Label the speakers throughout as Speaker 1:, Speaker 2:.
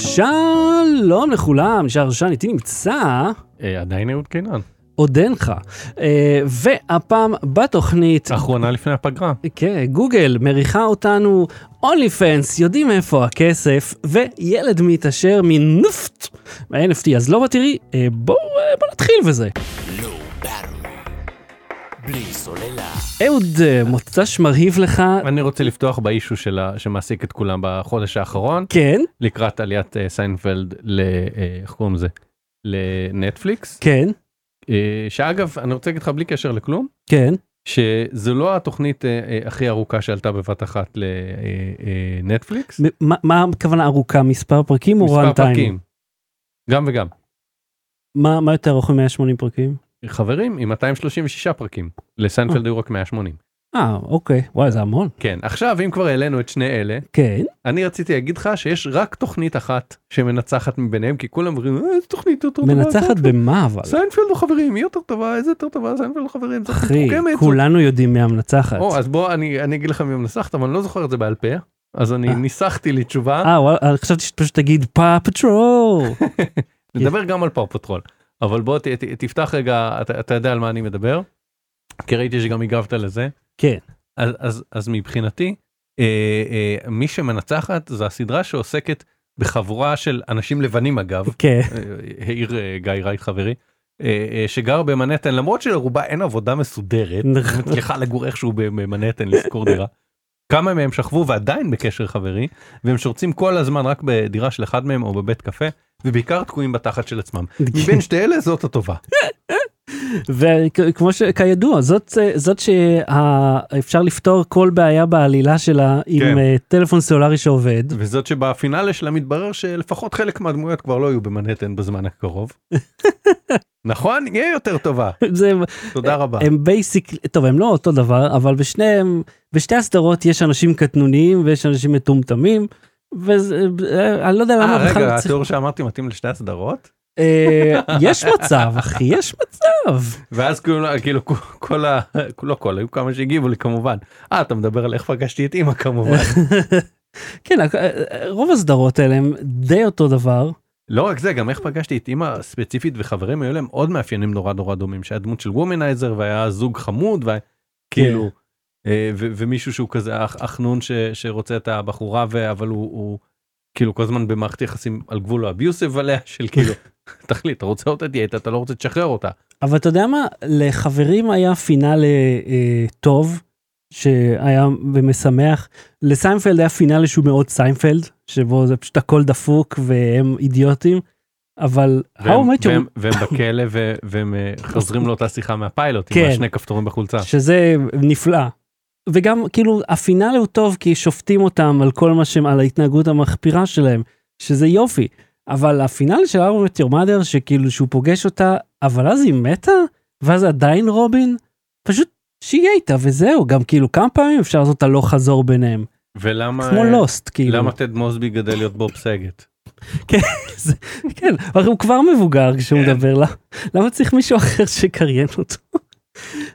Speaker 1: שלום לכולם, נשאר שן, איתי נמצא
Speaker 2: אה, עדיין אהוד קינן.
Speaker 1: עודנך. אה, והפעם בתוכנית,
Speaker 2: אחרונה לפני הפגרה.
Speaker 1: כן, גוגל מריחה אותנו, אונלי פנס, יודעים איפה הכסף, וילד מתעשר מנפט, ה-NFT, אז לא בתראי, אה, בואו אה, בואו נתחיל בזה.
Speaker 3: בלי סוללה.
Speaker 1: אהוד, אה, מוצ"ש מרהיב לך,
Speaker 2: אני רוצה לפתוח באישו שלה שמעסיק את כולם בחודש האחרון
Speaker 1: כן,
Speaker 2: לקראת עליית אה, סיינפלד ל... אה, איך קוראים לזה? לנטפליקס.
Speaker 1: כן,
Speaker 2: אה, שאגב אני רוצה להגיד לך בלי קשר לכלום
Speaker 1: כן,
Speaker 2: שזו לא התוכנית אה, אה, הכי ארוכה שעלתה בבת אחת אה, לנטפליקס.
Speaker 1: מ- מה- מה הכוונה ארוכה, מספר פרקים או רן טיים?
Speaker 2: גם וגם.
Speaker 1: מה מה יותר ארוך מ-180 פרקים?
Speaker 2: חברים עם 236 פרקים לסיינפלד היו רק 180.
Speaker 1: אה, אוקיי, וואי, זה המון.
Speaker 2: כן עכשיו אם כבר העלינו את שני אלה
Speaker 1: כן,
Speaker 2: אני רציתי להגיד לך שיש רק תוכנית אחת שמנצחת מביניהם כי כולם אומרים "אה, איזה תוכנית יותר טובה.
Speaker 1: מנצחת
Speaker 2: סיינפלד-
Speaker 1: במה אבל?
Speaker 2: סיינפלד הוא חברים היא יותר טובה איזה יותר טובה סיינפלד הוא חברים. זאת
Speaker 1: אחי,
Speaker 2: מתוחכמת, זאת-"
Speaker 1: כולנו יודעים מי המנצחת.
Speaker 2: או, אז בוא אני אני אגיד לך מי מנסחת אבל אני לא זוכר את זה בעל פה אז אני
Speaker 1: אה.
Speaker 2: ניסחתי לי תשובה
Speaker 1: אה, וואלה, אני חשבתי שפשוט תגיד פאפ פטרול.
Speaker 2: נדבר גם על פאו פטרול אבל בוא ת- ת- תפתח רגע אתה אתה יודע על מה אני מדבר. כי ראיתי שגם הגבת לזה.
Speaker 1: כן.
Speaker 2: אז אז אז מבחינתי אה, אה, מי שמנצחת זה הסדרה שעוסקת בחבורה של אנשים לבנים אגב.
Speaker 1: כן,
Speaker 2: אה, העיר אה, גיא רייט חברי אה, אה, שגר במנהטן למרות שלרובה אין עבודה מסודרת
Speaker 1: נכון.
Speaker 2: מצליחה לגור איכשהו במנהטן לשכור דירה. כמה מהם שכבו ועדיין בקשר חברי והם שורצים כל הזמן רק בדירה של אחד מהם או בבית קפה ובעיקר תקועים בתחת של עצמם. מבין שתי אלה זאת הטובה.
Speaker 1: וכמו שכידוע, זאת אה, זאת שאפשר לפתור כל בעיה בעלילה שלה עם
Speaker 2: כן.
Speaker 1: אה, טלפון סלולרי שעובד.
Speaker 2: וזאת שבפינאלה שלה מתברר שלפחות חלק מהדמויות כבר לא יהיו במנהטן בזמן הקרוב. נכון? יהיה יותר טובה.
Speaker 1: זה-
Speaker 2: תודה רבה.
Speaker 1: אה, הם בייסיק, טוב הם לא אותו דבר, אבל בשניהם, בשתי הסדרות יש אנשים קטנוניים ויש אנשים מטומטמים. וזה, אה, אני לא יודע למה
Speaker 2: אה
Speaker 1: בכלל
Speaker 2: רגע
Speaker 1: צריך-
Speaker 2: התיאור שאמרתי מתאים לשתי הסדרות?
Speaker 1: אה, יש מצב אחי, יש מצב.
Speaker 2: ואז כאילו כאילו כל ה... לא כל היו כמה שהגיבו לי כמובן. אה אתה מדבר על איך פגשתי את אימא כמובן.
Speaker 1: כן, רוב הסדרות האלה הם די אותו דבר.
Speaker 2: לא רק זה גם איך פגשתי את אימא ספציפית וחברים היו להם עוד מאפיינים נורא נורא דומים שהיה דמות של וומנייזר והיה זוג חמוד
Speaker 1: כן.
Speaker 2: וכאילו ומישהו שהוא כזה אח, אח נון ש, שרוצה את הבחורה ו, אבל הוא, הוא כאילו כל הזמן במערכת יחסים על גבול האביוסיב עליה של כאילו תחליט אתה רוצה אותה תהיה איתה אתה לא רוצה תשחרר אותה.
Speaker 1: אבל אתה יודע מה? לחברים היה פינאלה אה, טוב, שהיה משמח. לסיינפלד היה פינאלה שהוא מאוד סיינפלד, שבו זה פשוט הכל דפוק והם אידיוטים. אבל
Speaker 2: והם,
Speaker 1: How much
Speaker 2: והם, והם בכלא ו, והם אה, חוזרים לאותה שיחה מהפיילוט
Speaker 1: כן.
Speaker 2: עם השני כפתורים בחולצה.
Speaker 1: שזה נפלא. וגם כאילו הפינאלה הוא טוב כי שופטים אותם על כל מה שהם, על ההתנהגות המחפירה שלהם, שזה יופי. אבל הפינאלה של ארבע מטר מאדר שכאילו שהוא פוגש אותה, אבל אז היא מתה? ואז עדיין רובין? פשוט שיהיה איתה וזהו, גם כאילו כמה פעמים אפשר לעשות את הלוך חזור ביניהם.
Speaker 2: ולמה
Speaker 1: כמו
Speaker 2: אה,
Speaker 1: לוסט כאילו.
Speaker 2: למה טד מוסבי גדל להיות בוב סגת?
Speaker 1: כן, הרי הוא כבר מבוגר כשהוא
Speaker 2: כן.
Speaker 1: מדבר לה. למה צריך מישהו אחר שיקריין אותו?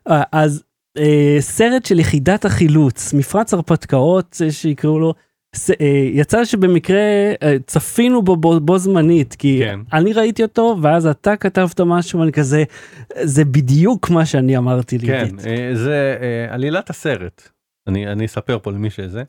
Speaker 1: אה, אז אה, סרט של יחידת החילוץ, מפרץ הרפתקאות אה, שיקראו לו, ס- אה, יצא שבמקרה אה, צפינו בו בו בו זמנית, כי
Speaker 2: כן.
Speaker 1: אני ראיתי אותו, ואז אתה כתבת משהו, ואני כזה, אה, זה בדיוק מה שאני אמרתי
Speaker 2: כן
Speaker 1: לידית.
Speaker 2: אה, זה אה, עלילת הסרט אני אני אספר פה למי שזה.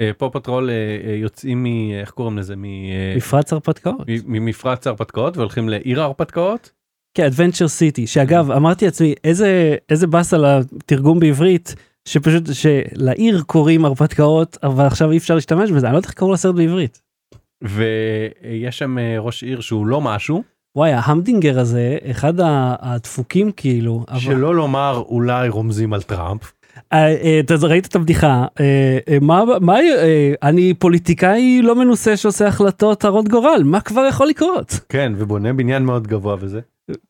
Speaker 2: אה, פה פטרול אה, אה, יוצאים מ... איך קוראים לזה? מ, אה,
Speaker 1: מפרץ הרפתקאות.
Speaker 2: מ- ממפרץ ההרפתקאות והולכים לעיר ההרפתקאות.
Speaker 1: כן, Adventure City, שאגב, אמרתי לעצמי, איזה, איזה באס על התרגום בעברית, שפשוט, שלעיר קוראים הרפתקאות, אבל עכשיו אי אפשר להשתמש בזה, אני לא יודע איך קראו לסרט בעברית.
Speaker 2: ויש שם אה, ראש עיר שהוא לא משהו
Speaker 1: וואי, ההמדינגר הזה, אחד ה- הדפוקים כאילו, אבל...
Speaker 2: שלא לומר אולי רומזים על טראמפ.
Speaker 1: אה, אה, אתה ראית את הבדיחה, אה, אה, מה, מה, אה, אני פוליטיקאי לא מנוסה שעושה החלטות הרות גורל, מה כבר יכול לקרות?
Speaker 2: כן ובונה בניין מאוד גבוה וזה.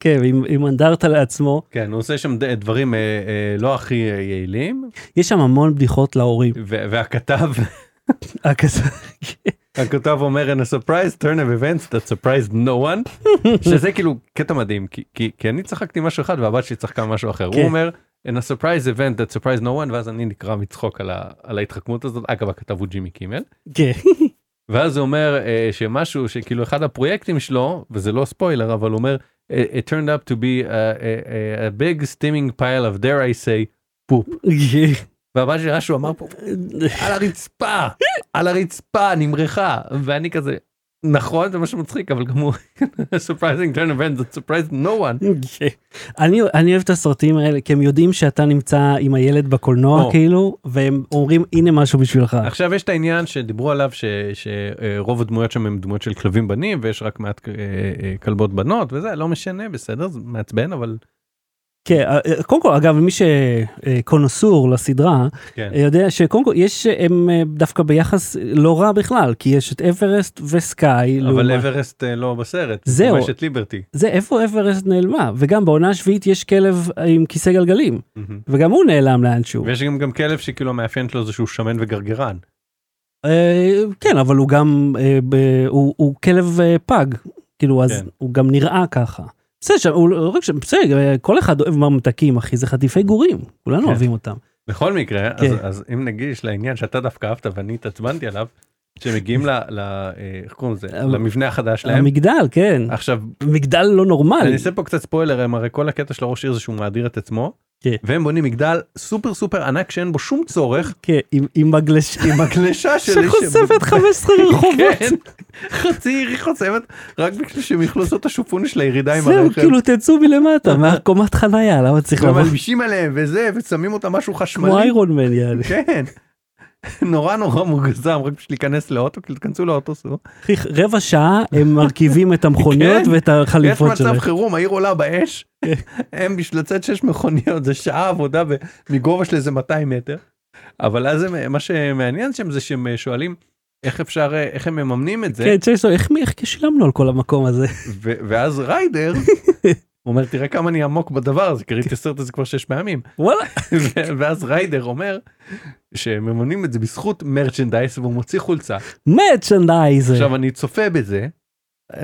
Speaker 1: כן, עם, עם אנדרטה לעצמו,
Speaker 2: כן הוא עושה שם ד- דברים אה, אה, לא הכי אה, יעילים
Speaker 1: יש שם המון בדיחות להורים.
Speaker 2: ו- והכתב
Speaker 1: אה, כזה,
Speaker 2: הכותב אומר in a surprise turn of events that surprised no one שזה כאילו קטע מדהים כי, כי, כי אני צחקתי משהו אחד והבת שלי צחקה משהו אחר
Speaker 1: כן.
Speaker 2: הוא אומר in a surprise event that surprised no one ואז אני נקרע מצחוק על, ה, על ההתחכמות הזאת אגב הכתב הוא ג'ימי קימל
Speaker 1: כן,
Speaker 2: ואז זה אומר אה, שמשהו שכאילו אחד הפרויקטים שלו וזה לא ספוילר אבל הוא אומר "It- it turned up to be a, a, a big steaming pile of dare I say פופ. והבת שלי שהוא אמר פה על הרצפה על הרצפה נמרחה ואני כזה נכון זה משהו מצחיק אבל גם הוא surprising turn event that surprised no one.
Speaker 1: אוקיי. אני, אני אוהב את הסרטים האלה, כי הם יודעים שאתה נמצא עם הילד בקולנוע,
Speaker 2: או. אה.
Speaker 1: כאילו, והם אומרים, הנה משהו בשבילך.
Speaker 2: עכשיו יש את העניין שדיברו עליו שרוב הדמויות שם הם דמויות של כלבים בנים ויש רק מעט אה, אה, כלבות בנות וזה לא משנה בסדר זה מעצבן אבל
Speaker 1: כן, אה, אה, קודם כל, אגב, מי שקונוסור לסדרה,
Speaker 2: כן.
Speaker 1: אה, יודע שקודם כל, יש, אה, הם אה, דווקא ביחס לא רע בכלל, כי יש את אברסט וסקאי.
Speaker 2: אבל
Speaker 1: לעומת-
Speaker 2: אברסט אה, לא בסרט
Speaker 1: זהו.
Speaker 2: אבל יש את ליברטי.
Speaker 1: זה איפה אברסט נעלמה, וגם בעונה השביעית יש כלב עם כיסא גלגלים, וגם הוא נעלם לאנשהו.
Speaker 2: ויש גם גם כלב שכאילו המאפיין שלו זה שהוא שמן וגרגרן.
Speaker 1: אה, כן, אבל הוא גם, אה, ב- הוא הוא כלב אה, פג, כאילו, אז
Speaker 2: כן.
Speaker 1: הוא גם נראה ככה. בסדר, שם- הוא לא- רק ש- בסדר, אה, כל אחד אוהב ממתקים, אחי, זה חטיפי גורים, כולנו
Speaker 2: כן.
Speaker 1: אוהבים אותם.
Speaker 2: בכל מקרה אז-
Speaker 1: כן.
Speaker 2: אז אם נגיש לעניין שאתה דווקא אהבת ואני התעצבנתי עליו שמגיעים ל... ל- אה, איך קוראים לזה?
Speaker 1: אבל-
Speaker 2: למבנה החדש שלהם.
Speaker 1: המגדל, כן,
Speaker 2: עכשיו
Speaker 1: מגדל לא
Speaker 2: אה. אני
Speaker 1: נורמלי.
Speaker 2: אעשה פה קצת ספוילר הם הרי כל הקטע של הראש עיר זה שהוא מאדיר את עצמו
Speaker 1: כן.
Speaker 2: והם בונים מגדל סופר סופר ענק שאין בו שום צורך
Speaker 1: כן, עם- עם מגלשה
Speaker 2: עם הגלשה שלי
Speaker 1: שחושפת 15
Speaker 2: כן,
Speaker 1: רחובות.
Speaker 2: חצי עיר היא חוצבת רק בשביל שהם יוכלו לעשות את השופון של הירידה עם
Speaker 1: זהו,
Speaker 2: הרכב.
Speaker 1: כאילו תצאו מלמטה, מהקומת חנייה, למה צריך לבוא?
Speaker 2: ומלבישים עליהם וזה ושמים אותם משהו
Speaker 1: כמו
Speaker 2: חשמלי.
Speaker 1: איירון מן, יאללה.
Speaker 2: כן. נורא נורא מוגזם רק בשביל להיכנס לאוטו כאילו תכנסו לאוטו סוף.
Speaker 1: אחי, רבע שעה הם מרכיבים את המכוניות
Speaker 2: כן.
Speaker 1: ואת
Speaker 2: יש
Speaker 1: החליפות שלהם.
Speaker 2: מצב חירום העיר עולה באש. הם בשביל לצאת שש מכוניות זה שעה עבודה ב- מגובה של איזה 200 מטר. אבל אז הם- מה שמעניין שם זה שהם שואלים איך אפשר אה, איך הם מממנים את זה
Speaker 1: כן, צ'ייסו, איך מי- איך שילמנו על כל המקום הזה?
Speaker 2: ו- ואז ריידר. הוא אומר תראה כמה אני עמוק בדבר הזה כי ראיתי את הסרט הזה כבר שש פעמים
Speaker 1: וואלה.
Speaker 2: ו- ואז ריידר אומר שמממנים את זה בזכות מרצ'נדייס והוא מוציא חולצה
Speaker 1: מצ'נדייזר.
Speaker 2: עכשיו אני צופה בזה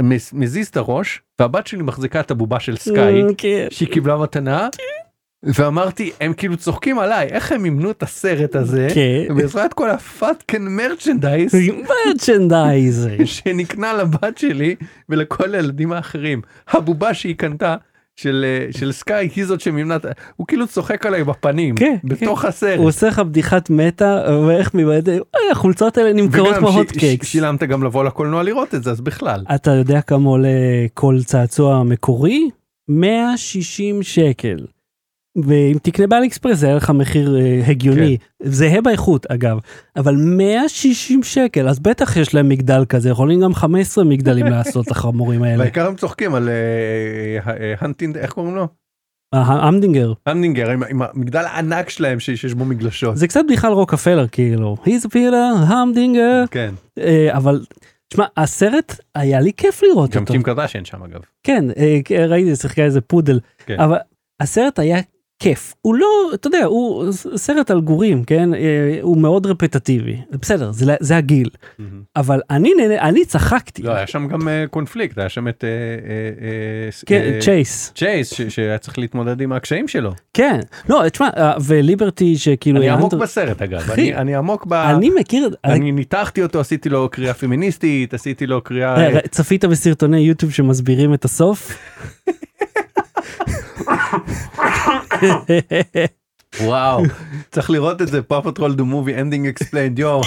Speaker 2: מז- מזיז את הראש והבת שלי מחזיקה את הבובה של סקאי
Speaker 1: כן.
Speaker 2: שהיא קיבלה מתנה ואמרתי הם כאילו צוחקים עליי איך הם מימנו את הסרט הזה
Speaker 1: כן.
Speaker 2: בעזרת כל הפאטקן מרצ'נדייס
Speaker 1: מצ'נדייזר.
Speaker 2: שנקנה לבת שלי ולכל הילדים האחרים הבובה שהיא קנתה. של, אה, של סקאי היא זאת שמימנה את ה- הוא כאילו צוחק עליי בפנים
Speaker 1: כן,
Speaker 2: בתוך הסרט.
Speaker 1: הוא עושה לך בדיחת מטה, ואיך מבעד... אה, החולצות האלה נמכרות
Speaker 2: וגם
Speaker 1: כמו
Speaker 2: ש-
Speaker 1: הוטקקס.
Speaker 2: ש- שילמת גם לבוא לקולנוע לראות את זה אז בכלל.
Speaker 1: אתה יודע כמה עולה כל צעצוע מקורי? 160 שקל. ואם תקנה באלי-אקספרס זה היה לך מחיר אה, הגיוני,
Speaker 2: כן.
Speaker 1: זהה באיכות אגב, אבל 160 שקל, אז בטח יש להם מגדל כזה, יכולים גם 15 מגדלים לעשות לחמורים האלה.
Speaker 2: בעיקר הם צוחקים על אה, אה, הנטינד איך קוראים לו?
Speaker 1: אה, המדינגר,
Speaker 2: המדינגר עם- עם המגדל הענק שלהם ש- שיש בו מגלשות.
Speaker 1: זה קצת בכלל רוקפלר כאילו, he's a pillar, המדינגר,
Speaker 2: כן.
Speaker 1: אה, אבל, תשמע, הסרט היה לי כיף לראות
Speaker 2: גם
Speaker 1: אותו.
Speaker 2: קים קרדשן שם אגב.
Speaker 1: כן, אה, כן, ראיתי, שיחקה איזה פודל.
Speaker 2: כן.
Speaker 1: אבל הסרט היה כיף. הוא לא, אתה יודע, הוא ס- סרט על גורים, כן? אה, הוא מאוד רפטטיבי. בסדר, זה, זה הגיל. אבל אני נהנה, אני צחקתי.
Speaker 2: לא היה שם גם אה, קונפליקט היה שם את אה, אה, אה, ס-
Speaker 1: כן,
Speaker 2: אה,
Speaker 1: צ'ייס.
Speaker 2: צ'ייס ש- שהיה צריך להתמודד עם הקשיים שלו.
Speaker 1: כן. לא, תשמע, אה, וליברטי שכאילו...
Speaker 2: אני
Speaker 1: היה
Speaker 2: עמוק
Speaker 1: אנטר-
Speaker 2: בסרט אגב.
Speaker 1: אחי,
Speaker 2: אני- אני עמוק ב...
Speaker 1: אני מכיר...
Speaker 2: אני ניתחתי אותו עשיתי לו קריאה פמיניסטית עשיתי לו קריאה
Speaker 1: אה, אה, צפית בסרטוני יוטיוב שמסבירים את הסוף?
Speaker 2: וואו, צריך לראות את זה, פאו פטרול דו מובי אנדינג אקספליינד, יואו.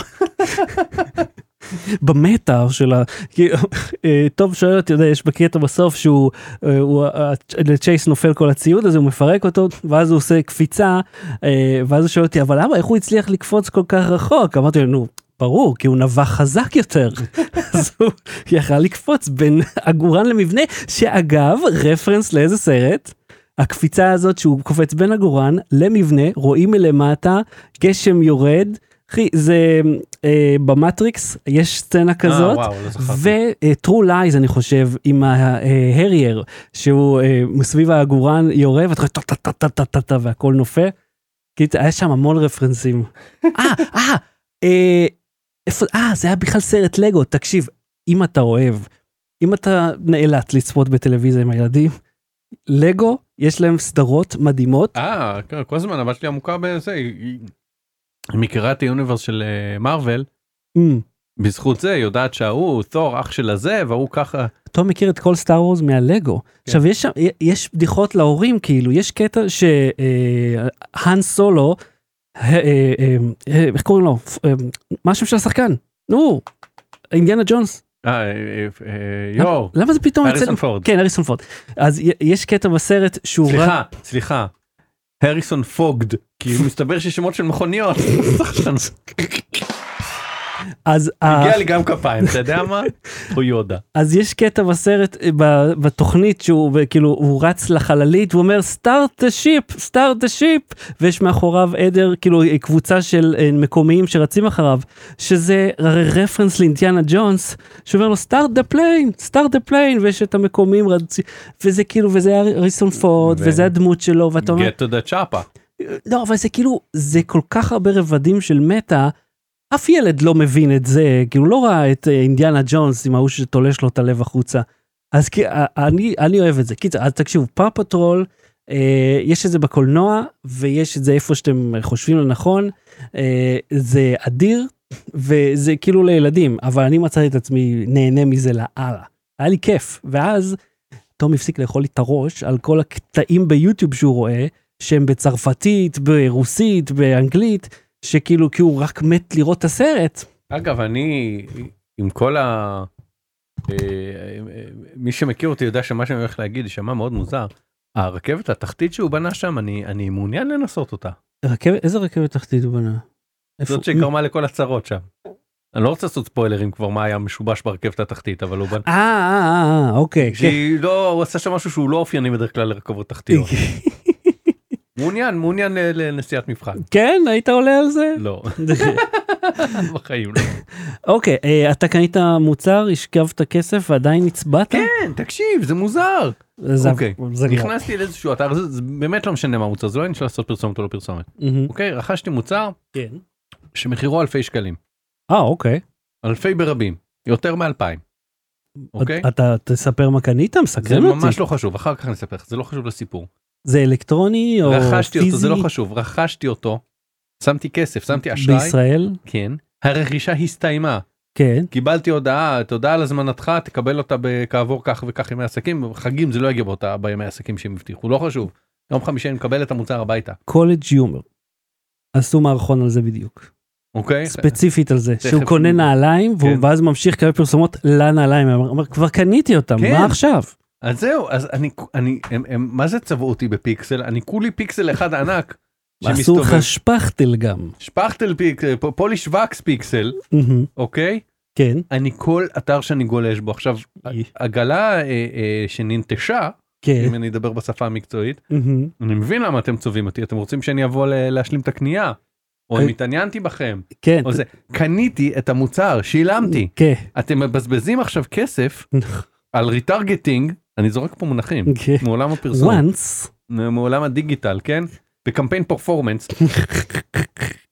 Speaker 1: במטה של ה... כאילו, אה, טוב שואל אותי, יודע, יש בקטע בסוף שהוא, אה, הוא, אה, לצ'ייס נופל כל הציוד הזה, הוא מפרק אותו, ואז הוא עושה קפיצה, אה, ואז הוא שואל אותי, אבל למה, איך הוא הצליח לקפוץ כל כך רחוק? אמרתי לו, נו, ברור, כי הוא נבח חזק יותר. אז הוא יכל לקפוץ בין עגורן למבנה, שאגב, רפרנס לאיזה סרט? הקפיצה הזאת שהוא קופץ בין עגורן למבנה, רואים מלמטה, גשם יורד. אחי, זה אה, במטריקס, יש סצנה כזאת.
Speaker 2: וואו, לא זכרתי.
Speaker 1: ו-True Lies אני חושב עם ההרייר שהוא אה, מסביב העגורן יורה ואתה חושב טה טה טה טה טה טה טה והכל נופל. כי היה שם המון רפרנסים. אה, אה, אה, איפה- אה, זה היה בכלל סרט לגו, תקשיב, אם אתה אוהב, אם אתה נאלץ לצפות בטלוויזיה עם הילדים, לגו, יש להם סדרות מדהימות.
Speaker 2: אה, כן, כל הזמן הבת שלי עמוקה בזה, היא היא מכירה את היוניברס של מרוויל,
Speaker 1: אמ,
Speaker 2: אה, בזכות זה היא יודעת שההוא הוא תור אח של הזה וההוא ככה
Speaker 1: תום מכיר את כל סטאר וורז מהלגו.
Speaker 2: כן.
Speaker 1: עכשיו יש שם, יש בדיחות להורים כאילו, יש קטע שהאן סולו, אה, אה, אה, אה, איך קוראים לו? פ- אה, מה השם של השחקן? נו, אינדיאנה ג'ונס.
Speaker 2: אה, אה, אה, אה, יואו
Speaker 1: למה זה פתאום יוצא...
Speaker 2: הריסון פורד
Speaker 1: כן, אריסון פורד. אז י- יש קטע בסרט שהוא... רק-
Speaker 2: סליחה סליחה הריסון פוגד כי מסתבר שיש שמות של מכוניות
Speaker 1: אז ה-
Speaker 2: הגיע לי גם כפיים אתה יודע מה הוא יודה
Speaker 1: אז יש קטע בסרט, אה, ב- בתוכנית שהוא ב- כאילו, הוא רץ לחללית, הוא אומר סטארט דה שיפ, סטארט דה שיפ, ויש מאחוריו עדר, כאילו אה, קבוצה של אה, מקומיים שרצים אחריו, שזה הרי רפרנס לאינדיאנה ג'ונס, שאומר לו סטארט דה פליין, סטארט דה פליין, ויש את המקומיים רצים, וזה כאילו, וזה היה ריסון פורד,
Speaker 2: ו-
Speaker 1: וזה הדמות שלו, ואתה אומר,
Speaker 2: get to the chapa
Speaker 1: לא, אבל זה כאילו, זה כל כך הרבה רבדים של מטה, אף ילד לא מבין את זה, כאילו לא ראה את אה, אינדיאנה ג'ונס עם ההוא שתולש לו את הלב החוצה. אז כי, אה, אני, אני אוהב את זה. קיצר, אז תקשיבו, פאר פטרול, אה, יש את זה בקולנוע, ויש את זה איפה שאתם חושבים לנכון, אה, זה אדיר, וזה כאילו לילדים, אבל אני מצאתי את עצמי נהנה מזה לאללה. היה לי כיף, ואז תום הפסיק לאכול לי את הראש על כל הקטעים ביוטיוב שהוא רואה, שהם בצרפתית, ברוסית, באנגלית, שכאילו, כי הוא רק מת לראות את הסרט.
Speaker 2: אגב אני עם כל ה... אה, אה, אה, מי שמכיר אותי יודע שמה שאני הולך להגיד יישמע מאוד מוזר. הרכבת התחתית שהוא בנה שם אני אני מעוניין לנסות אותה
Speaker 1: רכבת, איזה רכבת תחתית הוא בנה? איפה-
Speaker 2: זאת שגרמה לכל הצרות שם. אני לא רוצה לעשות ספוילרים כבר מה היה משובש ברכבת התחתית אבל הוא בנה.
Speaker 1: אה, אה, אה, אה, אוקיי. כן.
Speaker 2: שהיא לא הוא עשה שם משהו שהוא לא אופייני בדרך כלל לרכבות תחתיות. מעוניין מעוניין ל- לנסיעת מבחן.
Speaker 1: כן, היית עולה על זה?
Speaker 2: לא בחיים לא.
Speaker 1: אוקיי, אה, אתה קנית מוצר, השכבת כסף ועדיין הצבעת?
Speaker 2: כן תקשיב זה מוזר.
Speaker 1: זה-
Speaker 2: אוקיי,
Speaker 1: זה לא.
Speaker 2: נכנסתי לאיזשהו אתר זה זה באמת לא משנה מה המוצר זה לא עניין של לעשות פרסומת או לא פרסומת.
Speaker 1: מהמם,
Speaker 2: אוקיי רכשתי מוצר
Speaker 1: כן.
Speaker 2: שמחירו אלפי שקלים
Speaker 1: אה, אוקיי.
Speaker 2: אלפי ברבים יותר מאלפיים. אוקיי
Speaker 1: אתה- אתה תספר מה קנית?
Speaker 2: זה
Speaker 1: מסקרן אותי.
Speaker 2: ממש לא חשוב אחר כך אני אספר לך זה לא חשוב לסיפור.
Speaker 1: זה אלקטרוני או פיזי?
Speaker 2: רכשתי אותו זה לא חשוב רכשתי אותו. שמתי כסף שמתי אשראי.
Speaker 1: בישראל?
Speaker 2: כן. הרכישה הסתיימה
Speaker 1: כן.
Speaker 2: קיבלתי הודעה תודה על הזמנתך תקבל אותה ב- כעבור כך וכך ימי עסקים חגים זה לא יגיע באותה בימי עסקים שהם הבטיחו לא חשוב. יום חמישי אני מקבל את המוצר הביתה
Speaker 1: קולג' יומר. עשו מערכון על זה בדיוק.
Speaker 2: אוקיי
Speaker 1: ספציפית על זה,
Speaker 2: תכף
Speaker 1: שהוא קונה
Speaker 2: נדע.
Speaker 1: נעליים, והוא-
Speaker 2: כן.
Speaker 1: ואז ממשיך לקבל פרסומות לנעליים, הוא אומר, כבר קניתי אותם,
Speaker 2: כן.
Speaker 1: מה עכשיו?
Speaker 2: אז זהו אז אני אני הם, הם, מה זה צבעו אותי בפיקסל אני כולי פיקסל אחד ענק.
Speaker 1: עשו
Speaker 2: שמסתובב.
Speaker 1: לך שפכטל גם.
Speaker 2: שפכטל פיקסל פ- פוליש וקס פיקסל
Speaker 1: מהמם,
Speaker 2: אוקיי
Speaker 1: כן.
Speaker 2: אני כל אתר שאני גולש בו עכשיו עגלה אה, אה, שננטשה
Speaker 1: כן.
Speaker 2: אם אני אדבר בשפה המקצועית
Speaker 1: מהמם.
Speaker 2: אני מבין למה אתם צובעים אותי אתם רוצים שאני אבוא ל- להשלים את הקנייה. או אם התעניינתי בכם
Speaker 1: כן.
Speaker 2: או זה אה, קניתי את המוצר שילמתי
Speaker 1: כן.
Speaker 2: אתם מבזבזים עכשיו כסף על ריטרגטינג אני זורק פה מונחים
Speaker 1: כן.
Speaker 2: מעולם הפרסום
Speaker 1: once.
Speaker 2: מעולם הדיגיטל כן בקמפיין פרפורמנס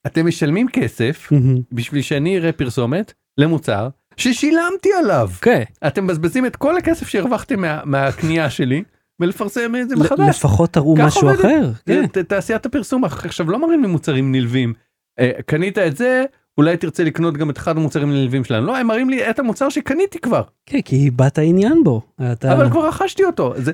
Speaker 2: אתם משלמים כסף
Speaker 1: מהמם.
Speaker 2: בשביל שאני אראה פרסומת למוצר ששילמתי עליו
Speaker 1: כן.
Speaker 2: אתם מבזבזים את כל הכסף שהרווחתם מה, מהקנייה שלי ולפרסם את זה
Speaker 1: ל-
Speaker 2: מחדש.
Speaker 1: לפחות תראו
Speaker 2: כך
Speaker 1: משהו
Speaker 2: עובדת.
Speaker 1: אחר. כן.
Speaker 2: זה ת- תעשיית הפרסום עכשיו לא מראים לי מוצרים נלווים אה, קנית את זה אולי תרצה לקנות גם את אחד המוצרים הנלווים שלנו לא הם מראים לי את המוצר שקניתי כבר
Speaker 1: כן, כי איבדת עניין בו. אתה-
Speaker 2: אבל כבר רכשתי אותו זה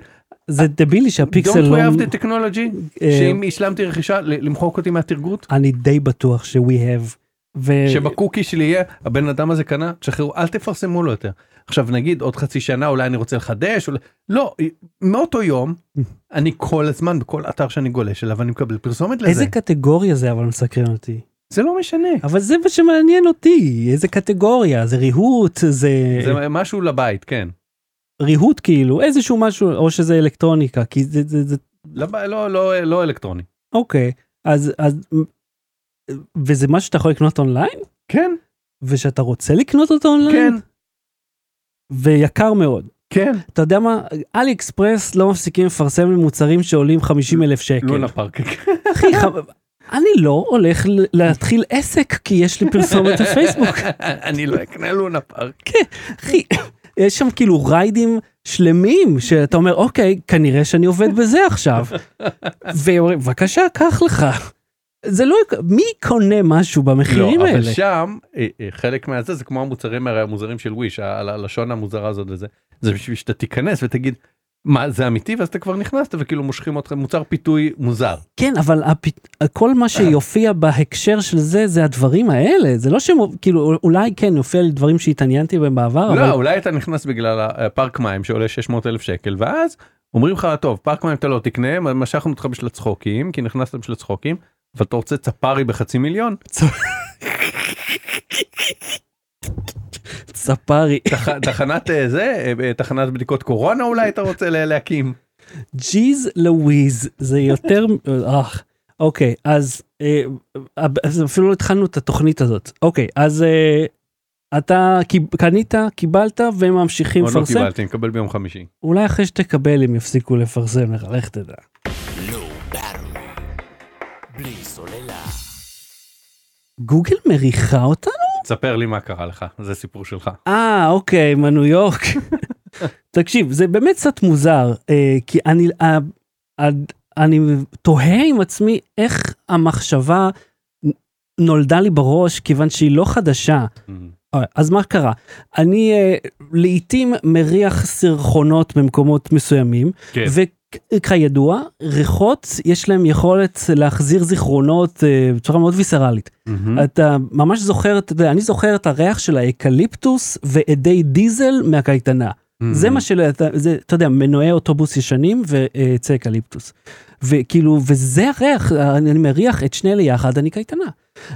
Speaker 1: זה דבילי שהפיקסל
Speaker 2: don't
Speaker 1: אה. לא...
Speaker 2: we have the technology
Speaker 1: אה,
Speaker 2: שאם השלמתי רכישה ל- למחוק אותי מהתרגות
Speaker 1: אני די בטוח ש- we have. ו-
Speaker 2: שבקוקי שלי יהיה הבן אדם הזה קנה תשחררו אל תפרסמו לו יותר עכשיו נגיד עוד חצי שנה אולי אני רוצה לחדש אולי לא מאותו יום
Speaker 1: אה.
Speaker 2: אני כל הזמן בכל אתר שאני גולש אליו אני מקבל פרסומת לזה
Speaker 1: איזה קטגוריה זה אבל מסקרן אותי.
Speaker 2: זה לא משנה
Speaker 1: אבל זה מה שמעניין אותי, איזה קטגוריה, זה ריהוט, זה, זה...
Speaker 2: זה משהו לבית כן
Speaker 1: ריהוט כאילו, איזשהו משהו, או שזה אלקטרוניקה, כי זה, זה, זה,
Speaker 2: לב... לא לא לא אלקטרוני
Speaker 1: אוקיי, אז, אז, וזה משהו שאתה יכול לקנות אונליין?
Speaker 2: כן
Speaker 1: ושאתה רוצה לקנות אותו אונליין?
Speaker 2: כן
Speaker 1: ויקר מאוד.
Speaker 2: כן
Speaker 1: אתה יודע מה, אלי אקספרס לא מפסיקים לפרסם לי מוצרים שעולים 50 אלף שקל.
Speaker 2: לונה פארק כן.
Speaker 1: אחי, ח- אני לא הולך ל- להתחיל עסק כי יש לי פרסומת בפייסבוק.
Speaker 2: אני לא אקנה לונה פארק
Speaker 1: אחי, יש שם כאילו ריידים שלמים שאתה אומר אוקיי כנראה שאני עובד בזה עכשיו. ואומרים בבקשה קח לך. זה לא, מי קונה משהו במחירים
Speaker 2: לא,
Speaker 1: האלה?
Speaker 2: אבל שם אה, אה, חלק מהזה זה כמו המוצרים הרי המוזרים של וויש ה- ה- הלשון המוזרה הזאת וזה זה בשביל שאתה תיכנס ותגיד מה זה אמיתי ואז אתה כבר נכנסת וכאילו מושכים אותך מוצר פיתוי מוזר.
Speaker 1: כן, אבל הפ... כל מה שיופיע בהקשר של זה, זה הדברים האלה. זה לא שהם, כאילו, אולי כן, יופיע לי דברים שהתעניינתי בהם בעבר,
Speaker 2: לא
Speaker 1: אה, אבל...
Speaker 2: אולי אתה נכנס בגלל הפארק מים שעולה 600 אלף שקל ואז אומרים לך טוב פארק מים אתה לא תקנה מה- משכנו אותך בשביל הצחוקים כי נכנסת בשביל הצחוקים אבל אתה רוצה צפרי בחצי מיליון
Speaker 1: ספארי.
Speaker 2: תח- תחנת אה, זה אה, אה, תחנת בדיקות קורונה אולי אתה רוצה לה- להקים.
Speaker 1: ג'יז לוויז, זה יותר... אה, אוקיי, אז אה, אז אפילו לא התחלנו את התוכנית הזאת. אוקיי, אז אה, אתה קיב- קנית, קיבלת, והם ממשיכים
Speaker 2: עוד לא
Speaker 1: לפרסם.
Speaker 2: קיבלתי נקבל ביום חמישי.
Speaker 1: אולי אחרי שתקבל הם יפסיקו לפרסם לך, לך תדע.
Speaker 3: Low Baron. בלי סוללה.
Speaker 1: גוגל מריחה אותנו?
Speaker 2: תספר לי מה קרה לך זה סיפור שלך.
Speaker 1: אה, אוקיי, מניו יורק. תקשיב, זה באמת קצת מוזר, אה, כי אני, אה, אה, אני תוהה עם עצמי איך המחשבה נ- נולדה לי בראש, כיוון שהיא לא חדשה. אה, אז מה קרה? אני אה, לעתים מריח סרחונות במקומות מסוימים,
Speaker 2: כן.
Speaker 1: וכידוע, ריחות יש להם יכולת להחזיר זיכרונות אה, בצורה מאוד ויסרלית.
Speaker 2: Mm-hmm.
Speaker 1: אתה ממש זוכר, אתה יודע, אני זוכר את הריח של האקליפטוס ועדי דיזל מהקייטנה. זה מה של, אתה זה, אתה יודע, מנועי אוטובוס ישנים ועצי אקליפטוס. וכאילו, וזה הריח, אני אני מריח את שני אלה יחד, אני קייטנה.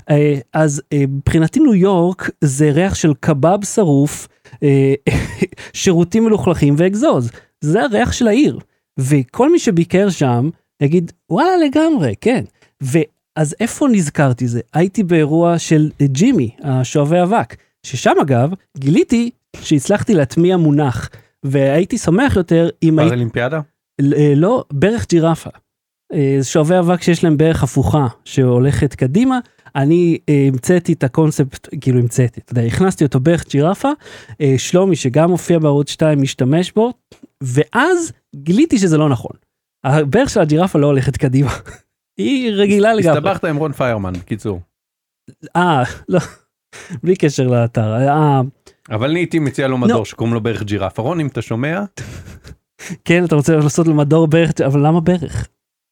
Speaker 1: אה, אז אה, מבחינתי ניו יורק זה ריח של קבב שרוף, אה, שירותים מלוכלכים ואגזוז. זה הריח של העיר. וכל מי שביקר שם, יגיד, וואלה לגמרי, כן. ואז איפה נזכרתי זה? הייתי באירוע של אה, ג'ימי, השואבי אבק, ששם אגב, גיליתי שהצלחתי להטמיע מונח, והייתי שמח יותר אם הייתי...
Speaker 2: פרלימפיאדה?
Speaker 1: אה, לא, ברך ג'ירפה. אה, זה שואבי אבק שיש להם ברך הפוכה שהולכת קדימה. אני אה, המצאתי את הקונספט, כאילו המצאתי, אתה יודע, הכנסתי אותו ברך ג'ירפה, אה, שלומי שגם הופיע בערוץ 2 משתמש בו, ואז גיליתי שזה לא נכון. הברך של הג'ירפה לא הולכת קדימה, היא רגילה לגמרי.
Speaker 2: הסתבכת עם רון פיירמן בקיצור.
Speaker 1: אה, לא, בלי קשר לאתר, אה,
Speaker 2: אבל אני הייתי מציע
Speaker 1: לא.
Speaker 2: לו מדור שקוראים לו בערך ג'ירפה. רון אם אתה שומע
Speaker 1: כן, אתה רוצה לעשות למדור ברך, אבל למה ברך?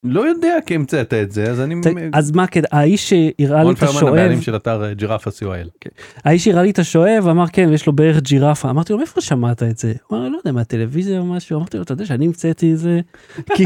Speaker 2: לא יודע כי המצאת את זה אז אני
Speaker 1: ת- אז מה, כד- האיש שהראה לי
Speaker 2: רון
Speaker 1: את השואב...
Speaker 2: פיירמן הבעלים של אתר אה, ג'ירפה co.il.
Speaker 1: האיש הראה לי את השואב, אמר כן, יש לו בערך ג'ירפה. אמרתי לו, מאיפה שמעת את זה? הוא אמר, לא יודע, מהטלוויזיה או משהו. אמרתי לו, אתה יודע שאני המצאתי את זה? כי-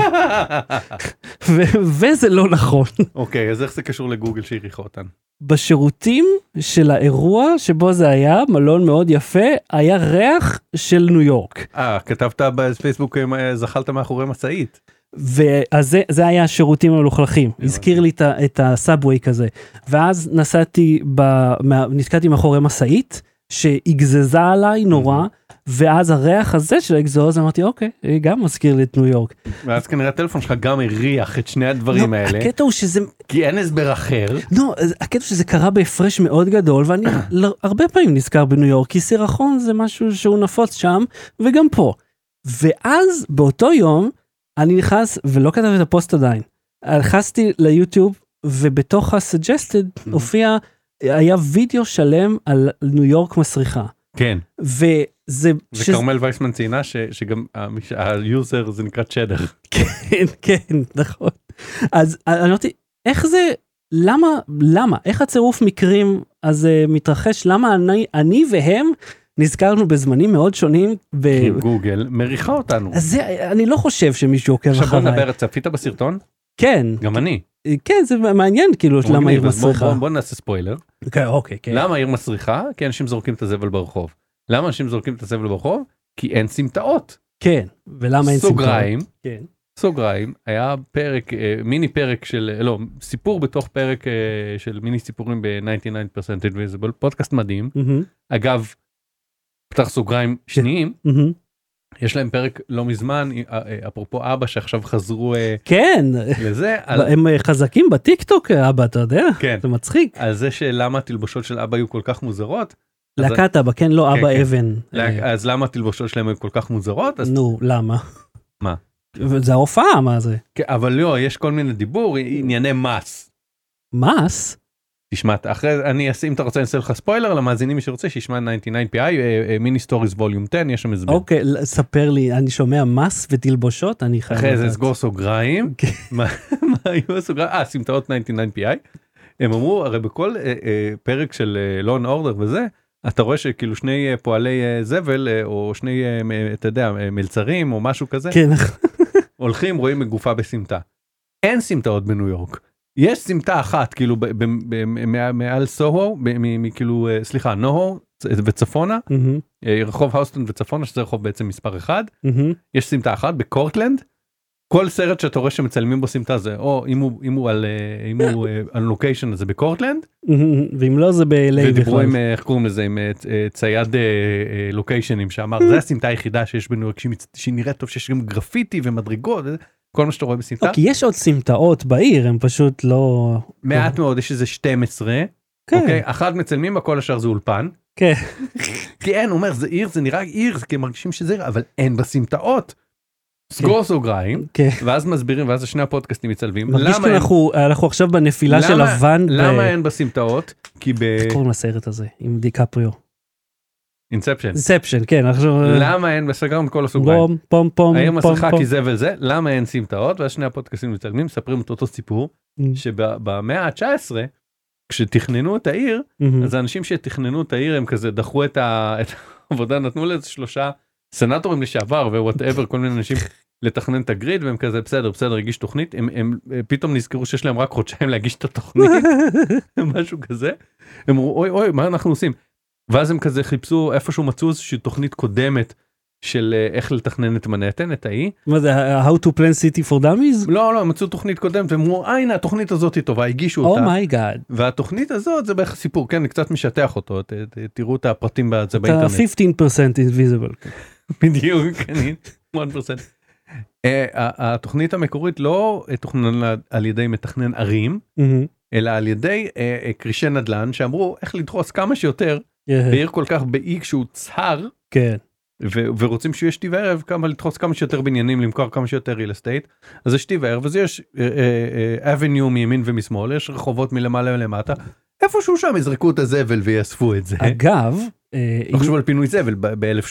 Speaker 1: ו- וזה לא נכון.
Speaker 2: אוקיי אז איך זה קשור לגוגל שהעריכה אותן.
Speaker 1: בשירותים של האירוע שבו זה היה, מלון מאוד יפה, היה ריח של ניו יורק.
Speaker 2: אה כתבת בפייסבוק אה, אה, זחלת מאחורי משאית.
Speaker 1: ואז זה, זה היה השירותים המלוכלכים,
Speaker 2: הבנתי.
Speaker 1: הזכיר לי את, ה- את הסאבווי כזה. ואז נסעתי, ב, מה, נתקעתי מאחורי משאית שהגזזה עליי נורא, ואז הריח הזה של האגזוז, אמרתי, אוקיי, אה, גם מזכיר לי את ניו יורק.
Speaker 2: ואז כנראה הטלפון שלך גם הריח את שני הדברים
Speaker 1: לא,
Speaker 2: האלה
Speaker 1: הקטע הוא שזה,
Speaker 2: כי אין הסבר אחר.
Speaker 1: לא, אז הקטע הוא שזה קרה בהפרש מאוד גדול, ואני ל- הרבה פעמים נזכר בניו יורק, כי סירחון זה משהו שהוא נפוץ שם, וגם פה. ואז באותו יום, אני נכנס, ולא כתבתי את הפוסט עדיין, נכנסתי ליוטיוב, ובתוך ה-suggested הופיע, היה וידאו שלם על ניו יורק מסריחה.
Speaker 2: כן.
Speaker 1: וזה... שזה-
Speaker 2: וכרמל וייסמן ציינה ש- שגם המש- היוזר זה נקרא צ'דר.
Speaker 1: כן, כן, נכון. אז אני אמרתי, איך זה, למה, למה, איך הצירוף מקרים הזה מתרחש, למה אני, אני והם נזכרנו בזמנים מאוד שונים, ב...
Speaker 2: עם כאילו גוגל מריחה אותנו.
Speaker 1: אז זה, נכון, אה. אני לא חושב שמישהו עוקב
Speaker 2: עכשיו בוא
Speaker 1: אחריי.
Speaker 2: נדבר, צפית בסרטון?
Speaker 1: כן,
Speaker 2: גם אני.
Speaker 1: כן, זה מעניין, כאילו, למה היא
Speaker 2: מגניב, אז בוא-
Speaker 1: מסריחה.
Speaker 2: בוא- בוא נעשה ספוילר.
Speaker 1: אוקיי, אוקיי, כן.
Speaker 2: למה העיר מסריחה? כי אנשים זורקים את הזבל ברחוב. למה אנשים זורקים את הזבל ברחוב? כי אין סמטאות.
Speaker 1: כן, ולמה אין סימפטום.
Speaker 2: סוגריים,
Speaker 1: כן.
Speaker 2: סוגריים, היה פרק, אה, מיני פרק של, לא, סיפור בתוך פרק אה, של מיני סיפורים ב-99% invisible, פודקאסט מדהים.
Speaker 1: מהמם,
Speaker 2: אגב, פתח סוגריים
Speaker 1: כן.
Speaker 2: שניים,
Speaker 1: מהמם.
Speaker 2: יש להם פרק לא מזמן, אה, אה, אפרופו אבא שעכשיו חזרו אה,
Speaker 1: כן,
Speaker 2: לזה, על-
Speaker 1: הם אה, חזקים בטיקטוק, אבא, אתה יודע?
Speaker 2: כן.
Speaker 1: זה מצחיק.
Speaker 2: על זה שלמה התלבושות של אבא היו כל כך מוזרות, אז-
Speaker 1: להקת אבא, כן, לא
Speaker 2: כן,
Speaker 1: אבא
Speaker 2: כן.
Speaker 1: אבן. אה,
Speaker 2: לה- אז למה התלבושות שלהם היו כל כך מוזרות, אז
Speaker 1: נו, למה?
Speaker 2: מה?
Speaker 1: זה ההופעה, מה זה?
Speaker 2: כן, אבל לא, יש כל מיני דיבור, ענייני אה, מס.
Speaker 1: מס?
Speaker 2: תשמע, אתה- אחרי זה, אני אעשה, אם אתה רוצה אני אעשה לך ספוילר למאזינים מי שרוצה שישמע 99PI, אה, מיני סטוריז ווליום 10, יש שם הסבר.
Speaker 1: אוקיי, ל- ספר לי, אני שומע מס ותלבושות, אני חייב...
Speaker 2: אחרי זה
Speaker 1: לדעת.
Speaker 2: סגור סוגריים.
Speaker 1: כן.
Speaker 2: מה מה היו הסוגריים? אה, סמטאות 99PI. הם אמרו, הרי בכל אה, אה, פרק של לון אורדר וזה, אתה רואה שכאילו שני אה, פועלי אה, זבל, אה, או שני, אה, מ- אה, אתה יודע, אה, מלצרים או משהו כזה,
Speaker 1: כן, נכון.
Speaker 2: הולכים, רואים גופה בסמטה. אין סמטאות בניו יורק. יש סמטה אחת, כאילו, ב- ב- ב- מע- מעל סוהו, ב- מ- מ- כאילו, אה, סליחה, נוהו צ- וצפונה,
Speaker 1: מהמם,
Speaker 2: אה, רחוב האוסטון וצפונה, שזה רחוב בעצם מספר אחד.
Speaker 1: מהמם.
Speaker 2: יש סמטה אחת בקורטלנד. כל סרט שאתה רואה שמצלמים בו סמטה זה או אם הוא אם הוא על אה, אם הוא אה, על לוקיישן זה בקורטלנד
Speaker 1: מהמם. ואם לא זה ב-LA
Speaker 2: ודיברו עם
Speaker 1: בכלל.
Speaker 2: אה, איך קוראים לזה עם אה, צ- אה, צייד אה, אה, לוקיישנים שאמר זה הסמטה היחידה שיש בניו יורק שהיא מצ- שהיא נראית טוב שיש גם גרפיטי ומדרגות וזה, כל מה שאתה רואה בסמטה
Speaker 1: לא, כי יש עוד סמטאות בעיר, הם פשוט לא...
Speaker 2: מעט מאוד יש איזה 12 אוקיי
Speaker 1: כן,
Speaker 2: אחת מצלמים הכל השאר זה אולפן
Speaker 1: כן.
Speaker 2: כי אין הוא אומר זה עיר זה נראה עיר כי הם מרגישים שזה עיר אבל אין בה סמטאות. סגור סוגריים
Speaker 1: כן.
Speaker 2: ואז מסבירים ואז שני הפודקאסטים מצלבים
Speaker 1: מרגיש
Speaker 2: למה אין,
Speaker 1: שאנחנו אנחנו עכשיו בנפילה של
Speaker 2: למה-
Speaker 1: הוואן. ב-
Speaker 2: למה אין בסמטאות כי
Speaker 1: איך קוראים לסרט הזה? עם דיקפריו.
Speaker 2: באינספשן
Speaker 1: אינספשן, כן, עכשיו...
Speaker 2: כן. למה אין בסגרנו כל הסוגריים.
Speaker 1: פום, פום, פום,
Speaker 2: העיר
Speaker 1: פום,
Speaker 2: מסכה
Speaker 1: פום.
Speaker 2: כי זה וזה למה אין סמטאות ואז שני הפודקאסטים מצלמים מספרים את אותו סיפור שבמאה ה-19 כשתכננו את העיר
Speaker 1: מהמם.
Speaker 2: אז האנשים שתכננו את העיר הם כזה דחו את, ה... את העבודה נתנו לאיזה שלושה סנטורים לשעבר ווואטאבר כל מיני אנשים לתכנן את הגריד והם כזה בסדר בסדר הגיש תוכנית הם, הם אה, פתאום נזכרו שיש להם רק חודשיים להגיש את התוכנית משהו כזה. הם אמרו אוי אוי מה אנחנו עושים. ואז הם כזה חיפשו איפשהו מצאו איזושהי תוכנית קודמת של אה, איך לתכנן את מנהטן את האי.
Speaker 1: מה זה, ה- How to plan city for dummies?
Speaker 2: לא לא הם מצאו תוכנית קודמת והם אמרו אה הנה התוכנית הזאת היא טובה
Speaker 1: Oh
Speaker 2: הגישו אותה.
Speaker 1: אומייגאד.
Speaker 2: והתוכנית הזאת זה בערך הסיפור כן אני קצת משטח אותו ת, ת, תראו את הפרטים בזה
Speaker 1: אתה
Speaker 2: באינטרנט
Speaker 1: 15% invisible.
Speaker 2: בדיוק כן, אני 1%. אה, ה- התוכנית המקורית לא אה, תוכננה על ידי מתכנן ערים
Speaker 1: מהמם.
Speaker 2: אלא על ידי אה, אה, כרישי נדל"ן שאמרו איך לדחוס כמה שיותר
Speaker 1: כן,
Speaker 2: בעיר כל כך באי כשהוא צר
Speaker 1: כן.
Speaker 2: ו- ורוצים שהוא יהיה שתי וערב כמה לדחוס כמה שיותר בניינים למכור כמה שיותר real estate אז זה שתי וערב אז יש אה, אבניו מימין ומשמאל יש רחובות מלמעלה ולמטה איפשהו שם יזרקו את הזבל ויאספו את זה.
Speaker 1: אגב, אה, אם-
Speaker 2: תחשוב על פינוי זבל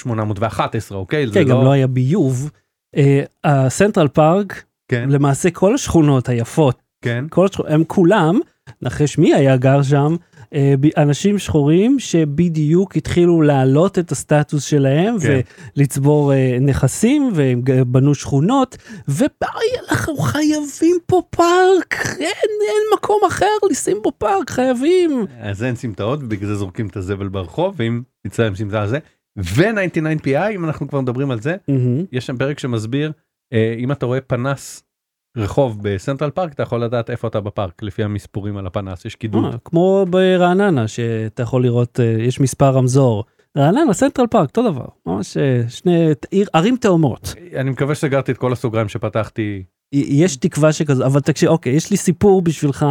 Speaker 2: ב-1811 אוקיי לא זה
Speaker 1: כן, גם לא היה ביוב. אה, הסנטרל פארק,
Speaker 2: כן
Speaker 1: למעשה כל השכונות היפות,
Speaker 2: כן
Speaker 1: כל השכונות, הם כולם, נחש מי היה גר שם, אה, ב- אנשים שחורים שבדיוק התחילו להעלות את הסטטוס שלהם
Speaker 2: כן.
Speaker 1: ולצבור אה, נכסים, והם ג- בנו שכונות, ובאי, אנחנו חייבים פה פארק, אין, אין מקום אחר לשים בו פארק, חייבים.
Speaker 2: אז אין סמטאות ובגלל זה זורקים את הזבל ברחוב ואם נצא עם סמטה על זה ו-99PI אם אנחנו כבר מדברים על זה
Speaker 1: מהמם.
Speaker 2: יש שם פרק שמסביר אה, אם אתה רואה פנס רחוב בסנטרל פארק אתה יכול לדעת איפה אתה בפארק לפי המספורים על הפנס יש קידוד.
Speaker 1: אה, כמו ברעננה שאתה יכול לראות אה, יש מספר רמזור. רעננה סנטרל פארק אותו דבר ממש אה, שני עיר, ערים תאומות
Speaker 2: אני מקווה שסגרתי את כל הסוגריים שפתחתי
Speaker 1: י- יש תקווה שכזו אבל תקשיב אוקיי יש לי סיפור בשבילך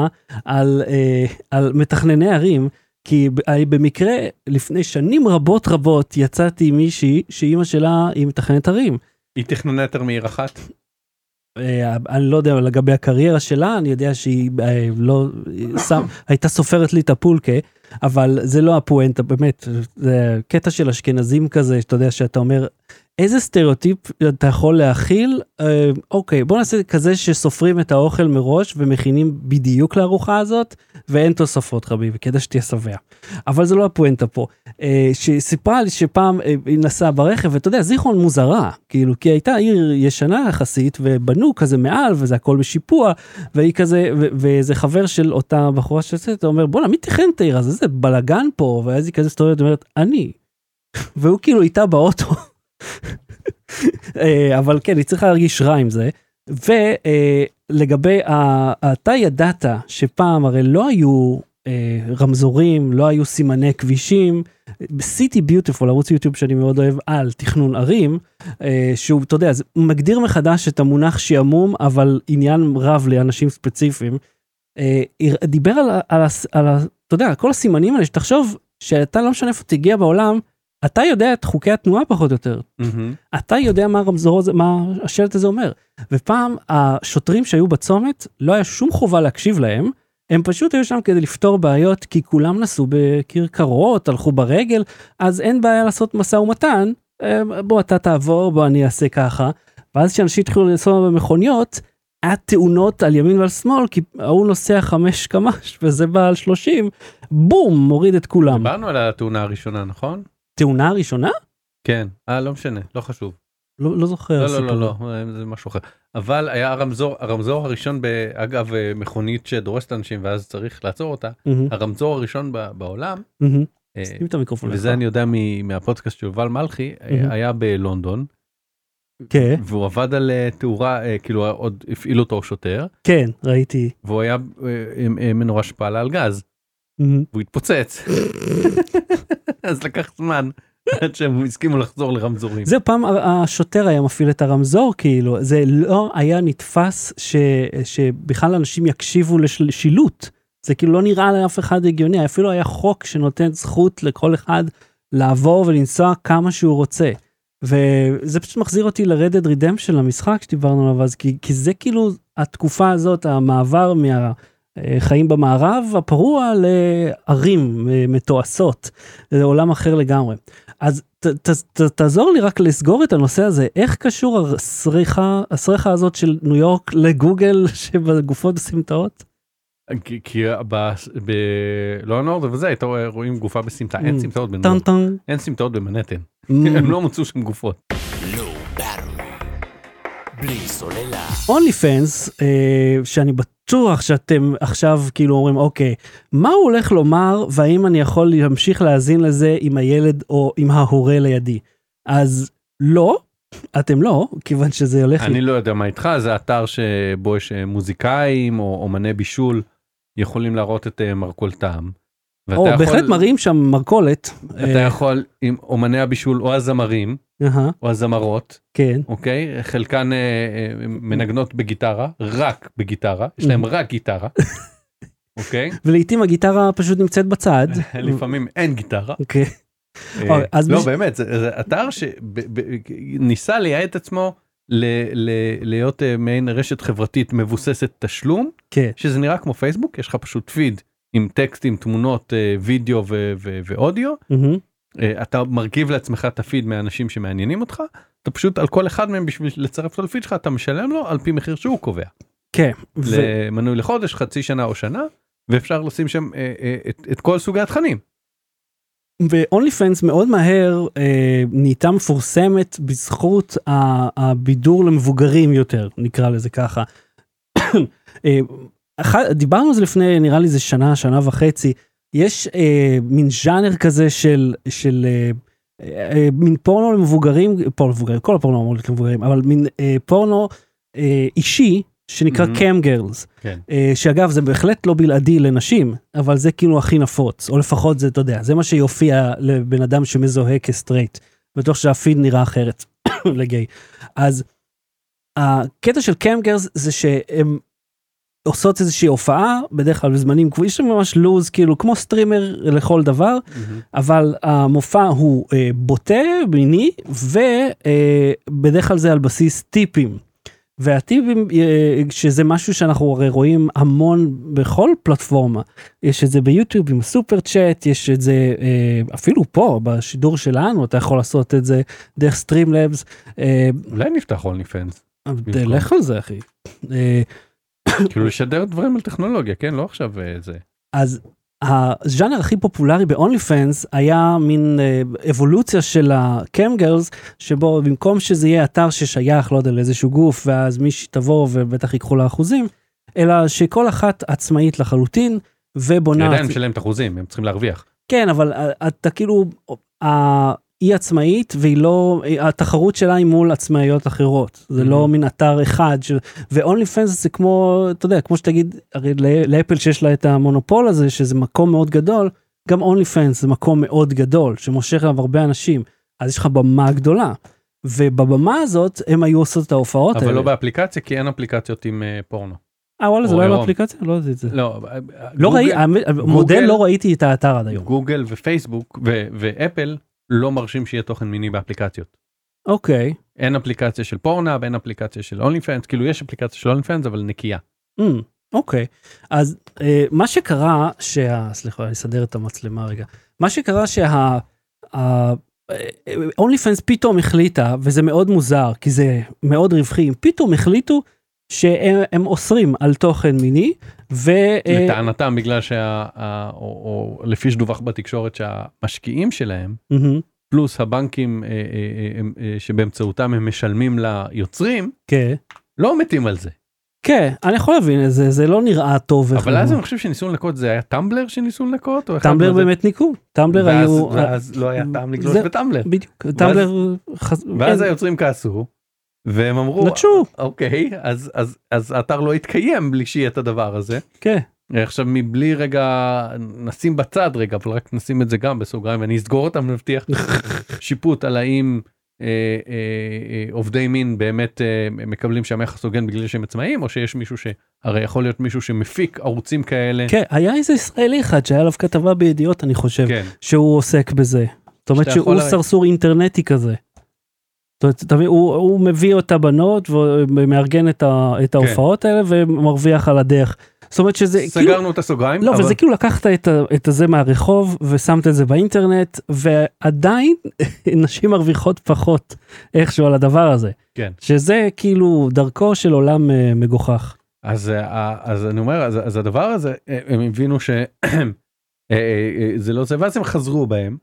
Speaker 1: על, אה, על מתכנני ערים כי ב- אה, במקרה לפני שנים רבות רבות יצאתי עם מישהי שאימא שלה היא מתכננת ערים.
Speaker 2: היא תכננה יותר מעיר אחת
Speaker 1: אה, אני לא יודע לגבי הקריירה שלה, אני יודע שהיא אה, לא שם, הייתה סופרת לי את הפולקה, אבל זה לא הפואנטה, באמת, זה קטע של אשכנזים כזה, שאתה יודע, שאתה אומר, איזה סטריאוטיפ אתה יכול להכיל? אה, אוקיי, בוא נעשה כזה שסופרים את האוכל מראש ומכינים בדיוק לארוחה הזאת, ואין תוספות חביבי, כדי שתהיה שבע. אבל זה לא הפואנטה פה. אה, שסיפרה לי שפעם אה, היא נסעה ברכב, ואתה יודע, זיכרון מוזרה, כאילו, כי הייתה עיר ישנה יחסית, ובנו כזה מעל, וזה הכל בשיפוע, והיא כזה, ו- ואיזה חבר של אותה בחורה שיוצאת, אתה אומר, בואנה, מי תכן את העיר הזאת? איזה בלאגן פה, ואז היא כזה מסתובבת, אומרת, אני. והוא כאילו איתה באוטו. אה, אבל כן, היא צריכה להרגיש רע עם זה. ולגבי, אתה ידעת שפעם הרי לא היו אה, רמזורים, לא היו סימני כבישים. סיטי ביוטיפול, ערוץ יוטיוב שאני מאוד אוהב, על תכנון ערים, אה, שהוא, אתה יודע, זה מגדיר מחדש את המונח שעמום, אבל עניין רב לאנשים ספציפיים. אה, הר- דיבר על, ה- על, הס- על, ה- אתה יודע, כל הסימנים האלה, שתחשוב שאתה לא משנה איפה תגיע בעולם, אתה יודע את חוקי התנועה פחות או יותר. אתה יודע מה הרמזור הזה, מה השלט הזה אומר. ופעם השוטרים שהיו בצומת, לא היה שום חובה להקשיב להם, הם פשוט היו שם כדי לפתור בעיות, כי כולם נסעו בכרכרות, הלכו ברגל, אז אין בעיה לעשות משא ומתן, אה, בוא אתה תעבור, בוא אני אעשה ככה. ואז כשאנשים התחילו לנסוע במכוניות, היה תאונות על ימין ועל שמאל, כי ההוא נוסע חמש קמ"ש וזה בא על שלושים, בום, מוריד את כולם.
Speaker 2: דיברנו על התאונה הראשונה נכון?
Speaker 1: תאונה הראשונה?
Speaker 2: כן. אה לא משנה לא חשוב.
Speaker 1: לא, לא זוכר.
Speaker 2: לא לא
Speaker 1: הסיפור.
Speaker 2: לא לא זה משהו אחר. אבל היה הרמזור הרמזור הראשון ב- אגב אה, מכונית שדורסת אנשים ואז צריך לעצור אותה
Speaker 1: מהמם,
Speaker 2: הרמזור הראשון ב- בעולם.
Speaker 1: מהמם.
Speaker 2: אה,
Speaker 1: שים את המיקרופון.
Speaker 2: וזה
Speaker 1: לך.
Speaker 2: אני יודע מ- מהפודקאסט של יובל מלכי אה,
Speaker 1: מהמם.
Speaker 2: היה בלונדון
Speaker 1: כן,
Speaker 2: והוא עבד על אה, תאורה אה, כאילו עוד הפעיל אותו שוטר
Speaker 1: כן, ראיתי.
Speaker 2: והוא היה אה, אה, מנורה שפעלה על גז
Speaker 1: מהמם.
Speaker 2: והוא התפוצץ אז לקח זמן עד שהם הסכימו לחזור לרמזורים.
Speaker 1: זה פעם ה- השוטר היה מפעיל את הרמזור, כאילו, זה לא היה נתפס ש, שבכלל אנשים יקשיבו לשילוט. זה כאילו לא נראה לאף אחד הגיוני, אפילו היה חוק שנותן זכות לכל אחד לעבור ולנסוע כמה שהוא רוצה. וזה פשוט מחזיר אותי לרדד רידם של המשחק שדיברנו עליו אז, כי, כי זה כאילו התקופה הזאת, המעבר מהחיים במערב הפרוע לערים אה, מתועשות, זה עולם אחר לגמרי. אז ת, ת, ת, תעזור לי רק לסגור את הנושא הזה, איך קשור הסריחה, הסריחה הזאת של ניו יורק לגוגל שבגופות בסמטאות?
Speaker 2: כי- כי ב... ב- לא הנורד אבל זה הייתה רואים גופה בסמטה אין
Speaker 1: Mm.
Speaker 2: סמטאות בניו
Speaker 1: טן
Speaker 2: יורק.
Speaker 1: טן.
Speaker 2: אין סמטאות במנהטן
Speaker 1: Mm.
Speaker 2: לא. הם לא מצאו שם גופות.
Speaker 3: Low Baron. בלי סוללה.
Speaker 1: אונלי פנס Mm, אה, שאני בטוח שאתם עכשיו כאילו אומרים אוקיי מה הוא הולך לומר והאם אני יכול להמשיך להאזין לזה עם הילד או עם ההורה לידי אז לא אתם לא כיוון שזה הולך
Speaker 2: אני לא יודע מה איתך זה אתר שבו יש אה, מוזיקאים או אומני בישול יכולים להראות את אה, מרכולתם. ואתה
Speaker 1: או,
Speaker 2: לא. יכול-
Speaker 1: בהחלט מראים שם מרכולת
Speaker 2: אתה
Speaker 1: אה,
Speaker 2: יכול עם אומני הבישול או הזמרים
Speaker 1: אהה,
Speaker 2: או הזמרות
Speaker 1: כן
Speaker 2: אוקיי חלקן אה, אה, מנגנות בגיטרה רק בגיטרה יש להם רק גיטרה. אוקיי
Speaker 1: ולעיתים הגיטרה פשוט נמצאת בצד
Speaker 2: לפעמים אין גיטרה.
Speaker 1: אוקיי.
Speaker 2: אה,
Speaker 1: אוי, אז
Speaker 2: לא
Speaker 1: מש-
Speaker 2: באמת זה זה אתר שניסה לייעד את עצמו ל- ל- להיות אה, מעין רשת חברתית מבוססת תשלום
Speaker 1: כן
Speaker 2: שזה נראה כמו פייסבוק יש לך פשוט פיד עם טקסטים תמונות אה, וידאו ו- ו- ואודיו
Speaker 1: מהמם,
Speaker 2: אה, אתה מרכיב לעצמך את הפיד מהאנשים שמעניינים אותך אתה פשוט על כל אחד מהם בשביל לצרף אותו לפיד שלך אתה משלם לו על פי מחיר שהוא קובע
Speaker 1: כן ו-
Speaker 2: למנוי לחודש חצי שנה או שנה ואפשר לשים שם אה, אה, את, את כל סוגי התכנים
Speaker 1: ואונלי פנס מאוד מהר אה, נהייתה מפורסמת בזכות ה- הבידור למבוגרים יותר נקרא לזה ככה. אה, אחד, דיברנו על זה לפני נראה לי זה שנה שנה וחצי יש אה, מין ז'אנר כזה של של אה, אה, אה, מין פורנו למבוגרים פורנו למבוגרים כל הפורנו אמור להיות למבוגרים אבל מין אה, פורנו אה, אישי שנקרא
Speaker 2: מהמם.
Speaker 1: קאם גרלס.
Speaker 2: כן.
Speaker 1: אה, שאגב זה בהחלט לא בלעדי לנשים אבל זה כאילו הכי נפוץ או לפחות זה אתה יודע זה מה שיופיע לבן אדם שמזוהה כסטרייט. בטוח שהפיד נראה אחרת לגיי. אז הקטע של קמגרס זה שהם עושות איזושהי הופעה בדרך כלל בזמנים קבועים יש להם ממש לוז כאילו כמו סטרימר לכל דבר אבל המופע הוא אה, בוטה, מיני, ובדרך כלל זה על בסיס טיפים. והטיפים, אה, שזה משהו שאנחנו הרי רואים המון בכל פלטפורמה. יש את זה ביוטיוב עם הסופר צ'אט, יש את זה אה, אפילו פה, בשידור שלנו, אתה יכול לעשות את זה דרך סטרימלאבס. אה,
Speaker 2: אולי נפתח אונלי פנס
Speaker 1: לך על זה, אחי. אה,
Speaker 2: כאילו לשדר דברים על טכנולוגיה כן לא עכשיו אה, זה
Speaker 1: אז הז'אנר הכי פופולרי ב-only fans היה מין אה, אבולוציה של ה-cam girls שבו במקום שזה יהיה אתר ששייך לא יודע לאיזשהו גוף ואז מישהי תבוא ובטח ייקחו לה אחוזים אלא שכל אחת עצמאית לחלוטין ובונה
Speaker 2: עדיין משלם את אחוזים הם צריכים להרוויח.
Speaker 1: כן אבל אה, אתה כאילו אה, היא עצמאית והיא לא אה, התחרות שלה היא מול עצמאיות אחרות זה לא
Speaker 2: Mhm.
Speaker 1: מין אתר אחד ש... ואונלי פנס זה כמו אתה יודע כמו שתגיד הרי ל- לאפל שיש לה את המונופול הזה שזה מקום מאוד גדול גם אונלי פנס זה מקום מאוד גדול שמושך אליו הרבה אנשים אז יש לך במה גדולה. ובבמה הזאת הם היו עושות את ההופעות
Speaker 2: אבל
Speaker 1: האלה.
Speaker 2: לא באפליקציה כי אין אפליקציות עם אה, פורנו.
Speaker 1: אה וואלה זה
Speaker 2: או
Speaker 1: לא היה
Speaker 2: עירום.
Speaker 1: באפליקציה? לא ידעתי את זה.
Speaker 2: לא
Speaker 1: לא ראיתי, מודל לא ראיתי את האתר עד היום.
Speaker 2: גוגל ופייסבוק ו- ואפל לא מרשים שיהיה תוכן מיני באפליקציות.
Speaker 1: אוקיי.
Speaker 2: אין אפליקציה של פורנאב אין אפליקציה של אונלי פנס כאילו יש אפליקציה של אונלי פנס אבל נקייה.
Speaker 1: אמ, אוקיי, אז אה, מה שקרה, שה... סליחה, אני אסדר את המצלמה רגע. מה שקרה שה... ה- אה, אונלי פנס פתאום החליטה, וזה מאוד מוזר, כי זה מאוד רווחי, הם פתאום החליטו שהם הם אוסרים על תוכן מיני, ו... אה,
Speaker 2: לטענתם בגלל שה... ה- או, או לפי שדווח בתקשורת שהמשקיעים שלהם
Speaker 1: מהמם,
Speaker 2: פלוס הבנקים אה, אה, אה, הם, אה, שבאמצעותם הם משלמים ליוצרים
Speaker 1: כן.
Speaker 2: לא מתים על זה.
Speaker 1: כן, אני יכול להבין את זה, זה לא נראה טוב.
Speaker 2: אבל אז
Speaker 1: וחמור.
Speaker 2: אני חושב שניסו לנקות זה היה טמבלר שניסו לנקות או אחד
Speaker 1: טמבלר
Speaker 2: מזה?
Speaker 1: באמת ניקו, טמבלר
Speaker 2: ואז-
Speaker 1: היו...
Speaker 2: ואז לא היה טעם לגלוש
Speaker 1: זה- כן.
Speaker 2: בטמבלר
Speaker 1: בדיוק, טמבלר... חס-
Speaker 2: ואז
Speaker 1: אין,
Speaker 2: היוצרים כעסו והם אמרו
Speaker 1: נטשו,
Speaker 2: אוקיי אז אז אז האתר לא יתקיים בלי שיהיה את הדבר הזה.
Speaker 1: כן.
Speaker 2: אה, עכשיו מבלי רגע נשים בצד רגע אבל רק נשים את זה גם בסוגריים ואני אסגור אותם מבטיח שיפוט על האם אה, אה, אה, עובדי מין באמת אה, מקבלים שם יחס הוגן בגלל שהם עצמאים או שיש מישהו שהרי יכול להיות מישהו שמפיק ערוצים כאלה.
Speaker 1: כן, היה איזה ישראלי אחד שהיה עליו כתבה בידיעות, אני חושב,
Speaker 2: כן.
Speaker 1: שהוא עוסק בזה. זאת אומרת
Speaker 2: שאתה יכול
Speaker 1: שהוא
Speaker 2: הרי-
Speaker 1: סרסור אינטרנטי כזה. זאת אומרת, אתה מבין, הוא הוא מביא את הבנות ומארגן את ה-
Speaker 2: כן.
Speaker 1: את ההופעות האלה ומרוויח על הדרך. זאת אומרת שזה כאילו...
Speaker 2: סגרנו את הסוגריים.
Speaker 1: לא, אבל
Speaker 2: אבל-
Speaker 1: זה כאילו לקחת את, ה- את הזה מהרחוב ושמת את זה באינטרנט ועדיין נשים מרוויחות פחות איכשהו על הדבר הזה.
Speaker 2: כן.
Speaker 1: שזה כאילו דרכו של עולם אה, מגוחך.
Speaker 2: אז, אה, אז אני אומר, אז, אז הדבר הזה, אה, הם הבינו שזה לא זה, ואז הם חזרו בהם.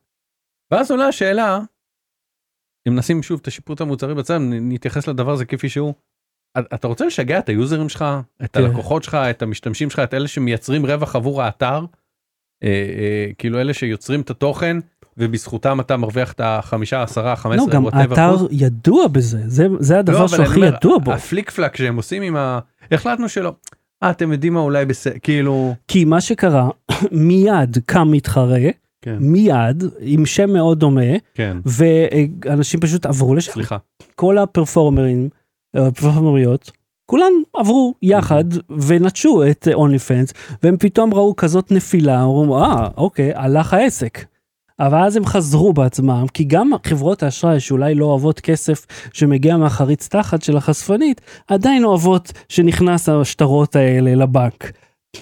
Speaker 2: ואז עולה השאלה, אם נשים שוב את השיפוט המוצרי בצד, נ- נתייחס לדבר הזה כפי שהוא. את- אתה רוצה לשגע את היוזרים שלך, את
Speaker 1: כן.
Speaker 2: הלקוחות שלך, את המשתמשים שלך, את אלה שמייצרים רווח עבור האתר, אה, אה, כאילו אלה שיוצרים את התוכן, ובזכותם אתה מרוויח את החמישה, עשרה, חמש
Speaker 1: לא,
Speaker 2: עשרה, לא,
Speaker 1: גם האתר ידוע בזה, זה, זה הדבר
Speaker 2: אבל
Speaker 1: שהוא
Speaker 2: אני
Speaker 1: הכי
Speaker 2: אומר, אה,
Speaker 1: ידוע בו.
Speaker 2: הפליק פלאק שהם עושים עם ה... החלטנו שלא. אה, אתם יודעים מה אולי בסדר, כאילו...
Speaker 1: כי מה שקרה, מיד קם מתחרה,
Speaker 2: כן.
Speaker 1: מיד, עם שם מאוד דומה,
Speaker 2: כן.
Speaker 1: ואנשים פשוט עברו לשם.
Speaker 2: סליחה.
Speaker 1: כל הפרפורמרים, אה, הפרפורמריות, כולם עברו יחד ונטשו את אונלי פנס, והם פתאום ראו כזאת נפילה, אמרו, אה, אוקיי, הלך העסק. אבל אז הם חזרו בעצמם, כי גם חברות האשראי שאולי לא אוהבות כסף שמגיע מהחריץ תחת של החשפנית, עדיין אוהבות שנכנס השטרות האלה לבנק.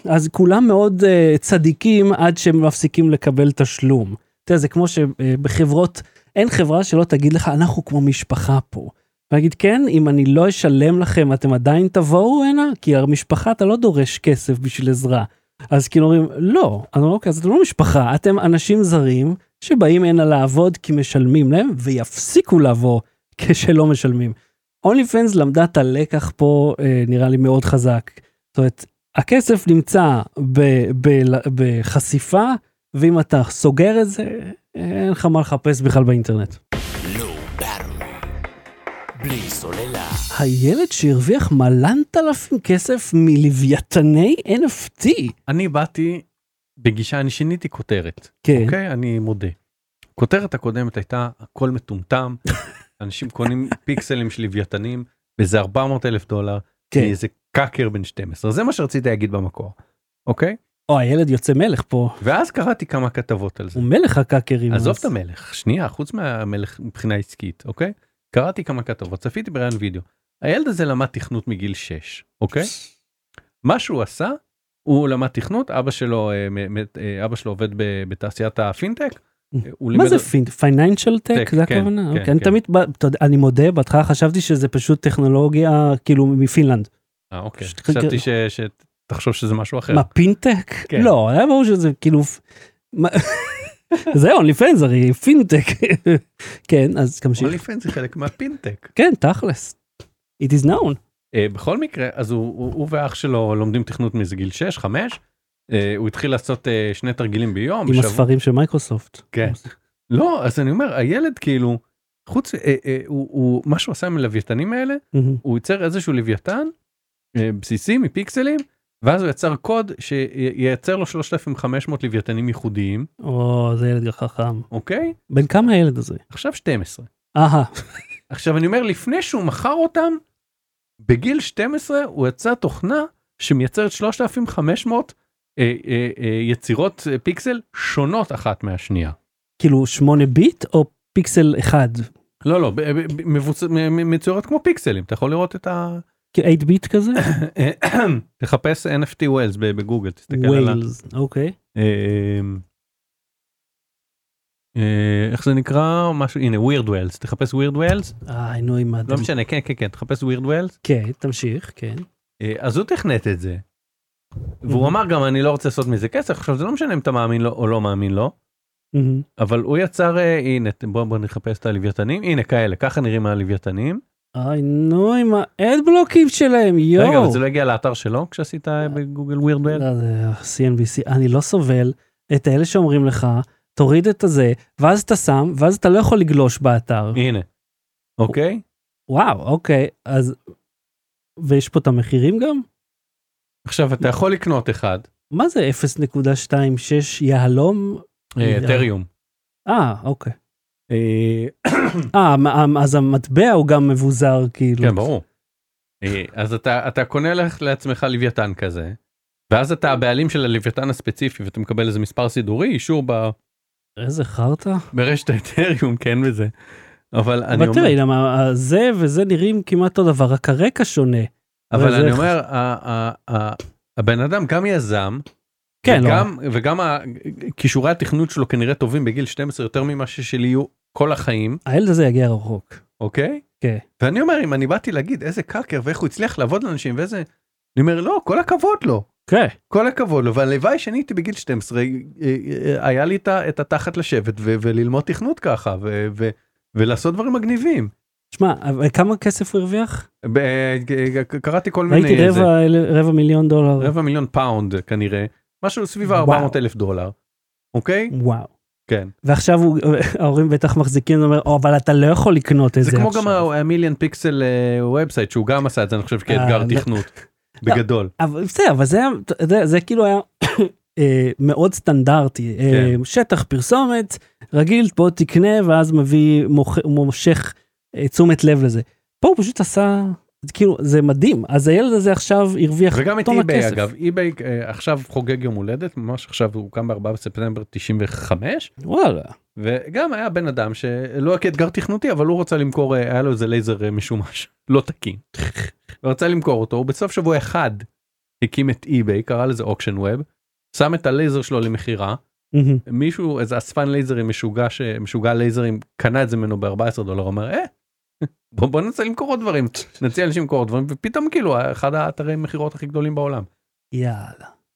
Speaker 1: אז כולם מאוד uh, צדיקים עד שהם מפסיקים לקבל תשלום. אתה יודע, זה כמו שבחברות, אין חברה שלא תגיד לך, אנחנו כמו משפחה פה. להגיד, כן, אם אני לא אשלם לכם, אתם עדיין תבואו הנה? כי המשפחה, אתה לא דורש כסף בשביל עזרה. אז כאילו אומרים, לא. אז אומרים, אוקיי, אז אתם לא משפחה, אתם אנשים זרים שבאים הנה לעבוד כי משלמים להם, ויפסיקו לבוא כשלא משלמים. אונלי פנס למדה את הלקח פה, אה, נראה לי מאוד חזק. זאת אומרת, הכסף נמצא ב- ב- בחשיפה, ואם אתה סוגר את זה, אין לך מה לחפש בכלל באינטרנט.
Speaker 3: לואו ברם, לא בלי סוללה.
Speaker 1: הילד שהרוויח מלנת אלפים כסף מלוויתני NFT.
Speaker 2: אני באתי בגישה, אני שיניתי כותרת,
Speaker 1: כן,
Speaker 2: אוקיי? אני מודה. הכותרת הקודמת הייתה, הכל מטומטם, אנשים קונים פיקסלים של לוויתנים, וזה 400 אלף דולר,
Speaker 1: כן.
Speaker 2: מאיזה קאקר בן 12, זה מה שרציתי להגיד במקור, אוקיי?
Speaker 1: או, הילד יוצא מלך פה.
Speaker 2: ואז קראתי כמה כתבות על זה.
Speaker 1: הוא מלך הקאקרים.
Speaker 2: עזוב
Speaker 1: אז.
Speaker 2: את המלך, שנייה, חוץ מהמלך מבחינה עסקית, אוקיי? קראתי כמה כתבות, צפיתי בראיון וידאו. הילד הזה למד תכנות מגיל 6, אוקיי? מה שהוא עשה, הוא למד תכנות, אבא שלו, אה, מ- מ- אה, אבא שלו עובד ב- בתעשיית הפינטק. אה, הוא
Speaker 1: מה
Speaker 2: לימד-
Speaker 1: זה פינט? פייננשל טק?
Speaker 2: Tech,
Speaker 1: זה
Speaker 2: כן,
Speaker 1: הכוונה?
Speaker 2: כן,
Speaker 1: אוקיי, אני
Speaker 2: כן.
Speaker 1: תמיד, ב- אתה יודע, אני מודה, בהתחלה חשבתי שזה פשוט טכנולוגיה כאילו מפינלנד.
Speaker 2: אה, אוקיי,
Speaker 1: פשוט-
Speaker 2: חשבתי ש- שתחשוב שזה משהו אחר.
Speaker 1: מה, פינטק?
Speaker 2: כן.
Speaker 1: לא, היה ברור שזה כאילו... מה- זה אונלי פנס הרי, פינטק. כן, אז תמשיך.
Speaker 2: אוליפן זה חלק מהפינטק.
Speaker 1: כן, תכלס. It is known.
Speaker 2: אה, בכל מקרה, אז הוא- הוא הוא ואח שלו לומדים תכנות מזה גיל 6, 5. הוא התחיל לעשות אה, שני תרגילים ביום.
Speaker 1: עם
Speaker 2: בשבוע-
Speaker 1: הספרים של מייקרוסופט.
Speaker 2: כן. לא, אז אני אומר, הילד כאילו, חוץ, אה, אה, הוא, הוא, מה שהוא עשה עם הלוויתנים האלה,
Speaker 1: מהמם.
Speaker 2: הוא ייצר איזשהו לוויתן אה, בסיסי מפיקסלים, ואז הוא יצר קוד שייצר לו 3,500 לוויתנים ייחודיים,
Speaker 1: או, זה ילד חכם.
Speaker 2: אוקיי?
Speaker 1: בן כמה הילד הזה?
Speaker 2: עכשיו 12.
Speaker 1: אהה,
Speaker 2: עכשיו אני אומר, לפני שהוא מכר אותם, בגיל 12 הוא יצא תוכנה שמייצרת 3,500 אה, אה, אה, יצירות אה, פיקסל שונות אחת מהשנייה.
Speaker 1: כאילו שמונה ביט או פיקסל אחד?
Speaker 2: לא לא ב- ב- ב- מבוצ... מ- מ- מצוירות כמו פיקסלים אתה יכול לראות את ה...
Speaker 1: כ-8 ביט כזה?
Speaker 2: תחפש NFT ווילס בגוגל, תסתכל על ה...
Speaker 1: ווילס, אוקיי.
Speaker 2: אמ, אה, איך זה נקרא? משהו, הנה, ווירד ווילס, תחפש ווירד ווילס,
Speaker 1: איי, נו, אה, עם
Speaker 2: לא
Speaker 1: האדם.
Speaker 2: משנה, כן, כן, כן, תחפש ווירד ווילס.
Speaker 1: כן, תמשיך, כן.
Speaker 2: אה, אז הוא תכנת את זה.
Speaker 1: Mm-hmm.
Speaker 2: והוא אמר גם, אני לא רוצה לעשות מזה כסף, עכשיו זה לא משנה אם אתה מאמין לו או לא מאמין לו,
Speaker 1: מהמם.
Speaker 2: אבל הוא יצר, אה, הנה, בואו בוא נחפש את הלוויתנים, הנה כאלה, ככה נראים הלוויתנים.
Speaker 1: איי, נו, עם האדבלוקים שלהם, יואו.
Speaker 2: רגע, אבל זה לא הגיע לאתר שלו כשעשית אה, בגוגל ווירד ווילס?
Speaker 1: לא, זה CNBC, אני לא סובל את אלה שאומרים לך, תוריד את הזה, ואז אתה שם, ואז אתה לא יכול לגלוש באתר.
Speaker 2: הנה. אוקיי?
Speaker 1: וואו, אוקיי, אז... ויש פה את המחירים גם?
Speaker 2: עכשיו אתה יכול לקנות אחד,
Speaker 1: מה זה 0.26 יהלום?
Speaker 2: אה, אתריום.
Speaker 1: אה, אוקיי. אה, המ- המ- אז המטבע הוא גם מבוזר, כאילו.
Speaker 2: כן, ברור. אה, אז אתה, אתה קונה לך לעצמך לוויתן כזה, ואז אתה הבעלים של הלוויתן הספציפי ואתה מקבל איזה מספר סידורי, אישור ב,
Speaker 1: איזה חרטא.
Speaker 2: ברשת האתריום, כן וזה. אבל אני
Speaker 1: אבל
Speaker 2: אומר,
Speaker 1: תראה, למה זה וזה נראים כמעט אותו דבר, רק הרקע שונה.
Speaker 2: אבל
Speaker 1: זה
Speaker 2: אני
Speaker 1: חשוב.
Speaker 2: אומר, ה- ה- ה- הבן אדם גם יזם,
Speaker 1: כן, לא.
Speaker 2: וגם, וגם ה- כישורי התכנות שלו כנראה טובים בגיל 12 יותר ממה ששלי יהיו כל החיים,
Speaker 1: הילד הזה יגיע רחוק.
Speaker 2: אוקיי?
Speaker 1: כן.
Speaker 2: ואני אומר, אם אני באתי להגיד איזה קאקר ואיך הוא הצליח לעבוד לאנשים ואיזה, אני אומר, לא, כל הכבוד לו.
Speaker 1: כן.
Speaker 2: כל הכבוד לו, והלוואי שאני הייתי בגיל 12, אה, אה, היה לי את ה- את התחת לשבת ו- וללמוד תכנות ככה, ו- ו- ולעשות דברים מגניבים.
Speaker 1: שמע, אבל כמה כסף הוא הרוויח?
Speaker 2: ב- קראתי כל מיני,
Speaker 1: ראיתי
Speaker 2: איזה-
Speaker 1: רבע, אל- רבע מיליון דולר.
Speaker 2: רבע מיליון פאונד כנראה, משהו סביב
Speaker 1: וואו.
Speaker 2: 400 אלף דולר, אוקיי?
Speaker 1: וואו.
Speaker 2: כן.
Speaker 1: ועכשיו הוא- ההורים בטח מחזיקים, אומר, "או, אבל אתה לא יכול לקנות את זה
Speaker 2: זה כמו
Speaker 1: עכשיו."
Speaker 2: גם המיליון פיקסל ובסייט אה, שהוא גם עשה את זה, אני חושב,
Speaker 1: אה,
Speaker 2: כאתגר
Speaker 1: לא.
Speaker 2: תכנות, בגדול.
Speaker 1: אבל בסדר, אבל זה, היה- אתה יודע, זה כאילו היה אה, מאוד סטנדרטי. אה,
Speaker 2: כן.
Speaker 1: שטח פרסומת, רגיל, בוא תקנה, ואז מביא, מוכ- מושך אה, תשומת לב לזה. פה הוא פשוט עשה, כאילו, זה מדהים. אז הילד הזה עכשיו הרוויח
Speaker 2: וגם את
Speaker 1: טונה
Speaker 2: אי-ביי
Speaker 1: כסף.
Speaker 2: אגב, אי-ביי אה, עכשיו חוגג יום הולדת, ממש עכשיו הוא קם ב-4 בספטמבר 95,
Speaker 1: וואלה.
Speaker 2: וגם היה בן אדם שלא היה כאתגר תכנותי אבל הוא רצה למכור אה, היה לו איזה לייזר אה, משומש לא תקין. הוא רצה למכור אותו הוא בסוף שבוע אחד הקים את אי-ביי קרא לזה אוקשן ווב שם את הלייזר שלו למכירה
Speaker 1: מהמם.
Speaker 2: מישהו איזה אספן לייזרים משוגע שמשוגע לייזרים קנה את זה ממנו ב-14 דולר אומר אה. בוא, בוא ננסה למכור עוד דברים נציע לאנשים למכור עוד דברים ופתאום כאילו אחד האתרי מכירות הכי גדולים בעולם.
Speaker 1: יאללה.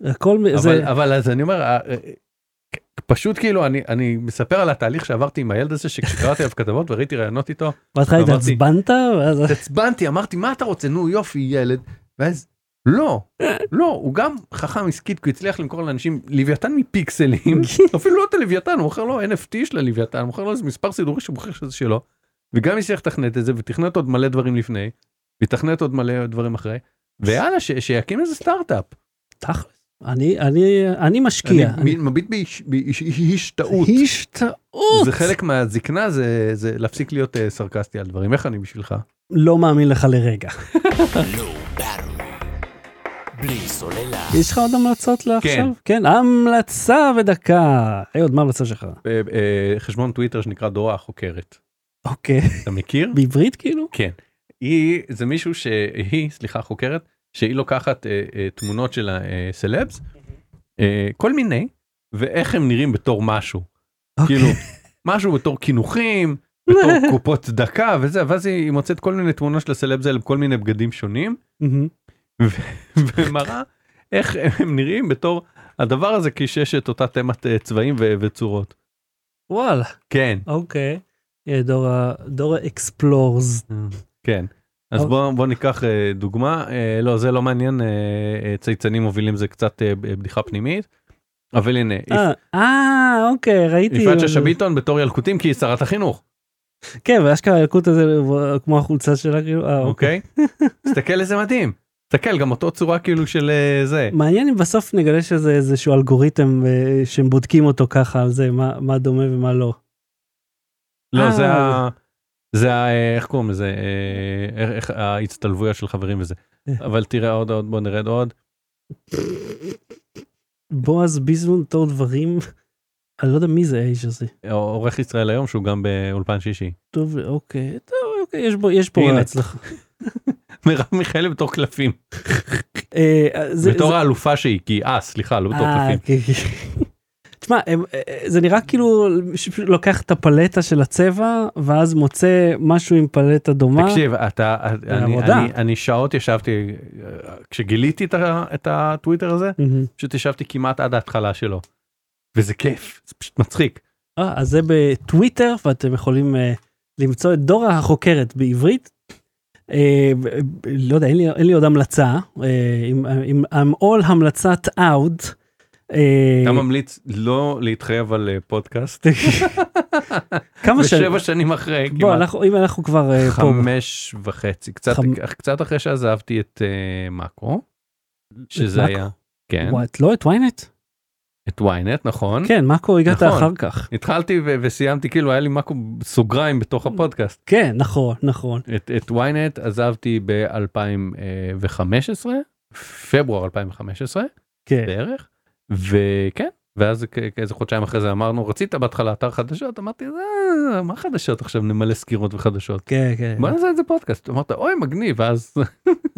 Speaker 1: הכל מ- זה...
Speaker 2: אבל, אבל אז אני אומר, אה, אה, פשוט כאילו אני, אני מספר על התהליך שעברתי עם הילד הזה שכשקראתי עליו כתבות וראיתי ראיונות איתו,
Speaker 1: בהתחלה
Speaker 2: אמרתי-
Speaker 1: התעצבנת, ואז...
Speaker 2: התעצבנתי, אמרתי מה אתה רוצה, נו יופי ילד, ואז לא, לא, הוא גם חכם עסקית, כי הוא הצליח למכור לאנשים לוויתן מפיקסלים, אפילו לא את הלוויתן, הוא מוכר לו NFT של הלוויתן, הוא מוכר לו איזה מספר סידורי שהוא מוכר שזה שלו, וגם הצליח לתכנת את זה ותכנת עוד מלא דברים לפני, ויתכנת עוד מלא דברים אחרי, ויאללה ש- שיקים איזה סטארט-אפ.
Speaker 1: תכלס. אני, אני, כן, אני
Speaker 2: אני
Speaker 1: משקיע.
Speaker 2: מ- מביט בהש- בהש- בהשתאות.
Speaker 1: השתאות.
Speaker 2: זה חלק מהזקנה זה זה להפסיק להיות אה, סרקסטי על דברים איך אני בשבילך
Speaker 1: לא מאמין לך לרגע.
Speaker 3: Low Battery. בלי סוללה.
Speaker 1: יש לך עוד המלצות לעכשיו?
Speaker 2: כן.
Speaker 1: כן, המלצה בדקה. היי, עוד מה ההמלצה שלך?
Speaker 2: אה, אה, חשבון טוויטר שנקרא דורה החוקרת
Speaker 1: אוקיי.
Speaker 2: אתה מכיר
Speaker 1: בעברית כאילו?
Speaker 2: כן היא זה מישהו שהיא סליחה חוקרת שהיא לוקחת אה, אה, תמונות של הסלבס אה, כל מיני ואיך הם נראים בתור משהו כאילו
Speaker 1: אוקיי.
Speaker 2: משהו בתור קינוחים בתור קופות צדקה וזה ואז היא היא מוצאת כל מיני תמונות של הסלבס האלה בכל מיני בגדים שונים.
Speaker 1: מהמם.
Speaker 2: ומראה איך הם נראים בתור הדבר הזה כי שיש את אותה תמת אה, צבעים ו- וצורות.
Speaker 1: וואלה,
Speaker 2: כן.
Speaker 1: אוקיי. אה, דורה, דורה אקספלורס.
Speaker 2: כן. אז
Speaker 1: אוקיי.
Speaker 2: בוא, בוא ניקח אה, דוגמה, אה, לא זה לא מעניין, אה, אה, צייצנים מובילים זה קצת אה, בדיחה פנימית, אבל הנה, יפ-
Speaker 1: אה, אה, אוקיי, ראיתי.
Speaker 2: יפעת שאשא ביטון בתור ילקוטים כי היא שרת החינוך,
Speaker 1: כן, ואשכרה הילקוט הזה הוא כמו החולצה שלה, כאילו, אה, אוקיי.
Speaker 2: אוקיי? תסתכל איזה מדהים, תסתכל גם אותו צורה כאילו של אה, זה.
Speaker 1: מעניין אם בסוף נגלה שזה איזשהו אלגוריתם אה, שהם בודקים אותו ככה על זה, מה- מה דומה ומה לא.
Speaker 2: לא, זה
Speaker 1: אה.
Speaker 2: ה... זה ה... איך קוראים לזה? אה, איך- איך ההצטלבויות של חברים וזה.
Speaker 1: אה.
Speaker 2: אבל תראה עוד עוד, בוא נרד עוד.
Speaker 1: בועז ביזמון תור דברים, אני לא יודע מי זה האיש הזה.
Speaker 2: עורך ישראל היום שהוא גם באולפן שישי.
Speaker 1: טוב, אוקיי, טוב, אוקיי, יש בו, יש פה
Speaker 2: הנה.
Speaker 1: הצלחה.
Speaker 2: מרב מיכאלי בתור קלפים.
Speaker 1: אה, זה-
Speaker 2: בתור האלופה שהיא, כי אה, סליחה, לא בתור
Speaker 1: אה,
Speaker 2: קלפים.
Speaker 1: כן, כן. תשמע, הם- אה, זה נראה כאילו שפשוט לוקח את הפלטה של הצבע ואז מוצא משהו עם פלטה דומה.
Speaker 2: תקשיב, אתה, אה, אני,
Speaker 1: עבודה.
Speaker 2: אני, אני שעות ישבתי, אה, כשגיליתי את, ה, את הטוויטר הזה,
Speaker 1: מהמם.
Speaker 2: פשוט ישבתי כמעט עד ההתחלה שלו. וזה כיף, זה פשוט מצחיק.
Speaker 1: אה, אז זה בטוויטר ואתם יכולים אה, למצוא את דורה החוקרת בעברית. אה, ב- ב- לא יודע, אין לי, אין לי עוד המלצה, אה, עם, עם, עם all המלצת אאוט. אה,
Speaker 2: אתה ממליץ לא להתחייב על אה, פודקאסט,
Speaker 1: כמה
Speaker 2: ושבע שנים אחרי,
Speaker 1: בוא,
Speaker 2: כמעט
Speaker 1: אנחנו, אם אנחנו כבר אה, פה,
Speaker 2: חמש וחצי, קצת-
Speaker 1: חמ-
Speaker 2: קצת אחרי שעזבתי את אה, מאקו, שזה
Speaker 1: מאקו?
Speaker 2: היה, כן,
Speaker 1: וואט, לא את ynet?
Speaker 2: את ynet, נכון.
Speaker 1: כן, מאקו הגעת
Speaker 2: Mm-hmm. נכון.
Speaker 1: אחר כך.
Speaker 2: התחלתי ו- וסיימתי, כאילו היה לי מאקו סוגריים בתוך הפודקאסט.
Speaker 1: כן, נכון, נכון.
Speaker 2: את, את ynet עזבתי ב-2015, פברואר 2015
Speaker 1: כן.
Speaker 2: בערך, וכן, ואז כ- כאיזה חודשיים אחרי זה אמרנו, רצית בהתחלה אתר חדשות? אמרתי, "אה, מה חדשות עכשיו, נמלא סקירות וחדשות.
Speaker 1: כן, כן.
Speaker 2: בוא נעשה את זה פודקאסט. אמרת, אוי, מגניב, ואז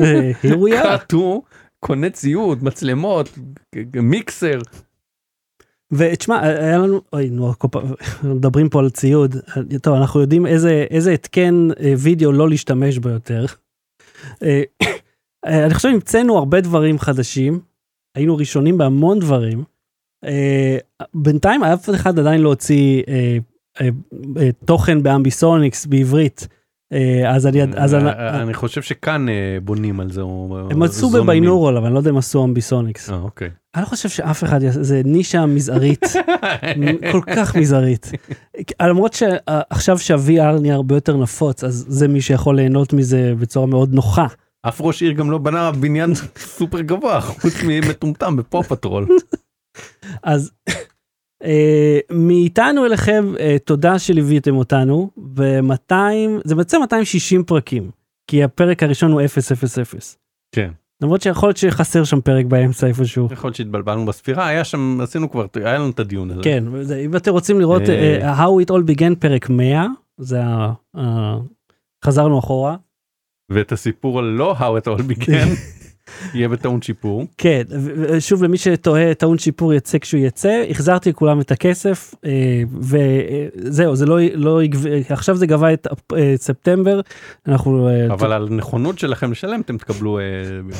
Speaker 1: אה, here we are.
Speaker 2: קאטו, קונה ציוד, מצלמות, ג- ג- מיקסר.
Speaker 1: ותשמע, היה לנו, אוי, נו, כל פעם, מדברים פה על ציוד. טוב, אנחנו יודעים איזה, איזה התקן אה, וידאו לא להשתמש בו יותר. אה, אה, אני חושב שהמצאנו הרבה דברים חדשים, היינו ראשונים בהמון דברים. אה, בינתיים אף אחד עדיין לא הוציא אה, אה, אה, תוכן באמביסוניקס בעברית. אה, אז אני, אז אני,
Speaker 2: אה, אני חושב שכאן אה, בונים על זה. או-
Speaker 1: הם
Speaker 2: או
Speaker 1: עשו
Speaker 2: זוממים.
Speaker 1: בביינורול, אבל אני לא יודע אם עשו אמביסוניקס.
Speaker 2: אה, אוקיי.
Speaker 1: אני לא חושב שאף אחד, יעשה- זה נישה מזערית. כל כך מזערית. למרות שעכשיו שה-VR נהיה הרבה יותר נפוץ, אז זה מי שיכול ליהנות מזה בצורה מאוד נוחה.
Speaker 2: אף ראש עיר גם לא בנה בניין סופר גבוה חוץ ממטומטם בפו פטרול.
Speaker 1: אז אה, מאיתנו אליכם, אה, תודה שליוויתם אותנו, ב-200, זה בעצם 260 פרקים, כי הפרק הראשון הוא 000.
Speaker 2: כן.
Speaker 1: למרות שיכול להיות שחסר שם פרק באמצע איפשהו.
Speaker 2: יכול להיות שהתבלבלנו בספירה היה שם עשינו כבר היה לנו את הדיון הזה.
Speaker 1: כן, וזה- אם אתם רוצים לראות
Speaker 2: אה.
Speaker 1: אה, How It All Began פרק 100, זה ה... ה- חזרנו אחורה.
Speaker 2: ואת הסיפור על לא how it all began יהיה בטעון שיפור.
Speaker 1: כן, ו- ו- שוב למי שתוהה, טעון שיפור יצא כשהוא יצא, החזרתי לכולם את הכסף, אה, וזהו, זה לא, לא יגב- עכשיו זה גבה את אפ- אה, ספטמבר, אנחנו... אה, ת-
Speaker 2: אבל על הנכונות שלכם לשלם אתם תקבלו אה,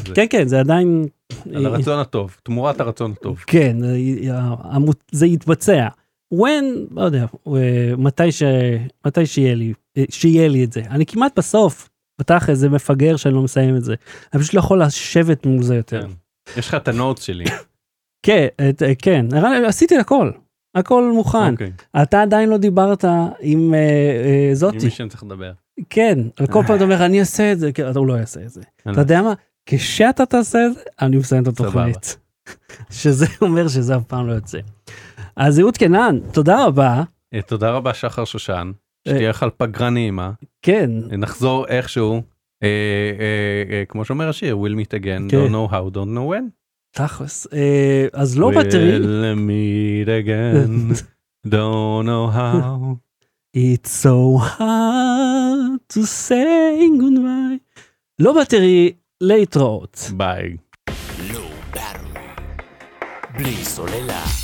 Speaker 2: זה.
Speaker 1: כן, כן, זה עדיין... אה,
Speaker 2: על הרצון הטוב תמורת הרצון הטוב.
Speaker 1: כן, זה י- העמוד- זה יתבצע. when, לא יודע, אה, מתי, ש... מתי שיהיה, לי, אה, שיהיה לי את זה. אני כמעט בסוף, בתכל'ס זה מפגר שאני לא מסיים את זה. אני פשוט לא יכול לשבת מול זה יותר.
Speaker 2: כן. יש לך את הנוטס שלי.
Speaker 1: כן, את- אה, כן, ערן, עשיתי הכל, הכל מוכן.
Speaker 2: אוקיי.
Speaker 1: אתה עדיין לא דיברת עם אה, אה,
Speaker 2: עם
Speaker 1: זאתי.
Speaker 2: מי שאני צריך לדבר.
Speaker 1: כן, על כל פעם אתה אומר, אני אעשה את זה, כן, אתה- הוא לא יעשה את זה.
Speaker 2: אני
Speaker 1: אתה יודע מה? כשאתה תעשה את זה, אני מסיים את התוכנית. שזה אומר שזה אף פעם לא יוצא. אז אהוד קנן, תודה רבה.
Speaker 2: אה, תודה רבה שחר שושן.
Speaker 1: אה.
Speaker 2: שתהיה לך על פגרה נעימה. אה,
Speaker 1: כן,
Speaker 2: נחזור איכשהו. אה, אה, אה, כמו שאומר השיר, we'll meet
Speaker 1: כן.
Speaker 2: again, don't know how, don't know when.
Speaker 1: תכלס. אה, אז לא בטרי,
Speaker 2: We'll meet again, don't know how.
Speaker 1: It's so hard to say goodbye. לא בטרי, להתראות.
Speaker 2: ביי.
Speaker 3: Low battery. בלי סוללה.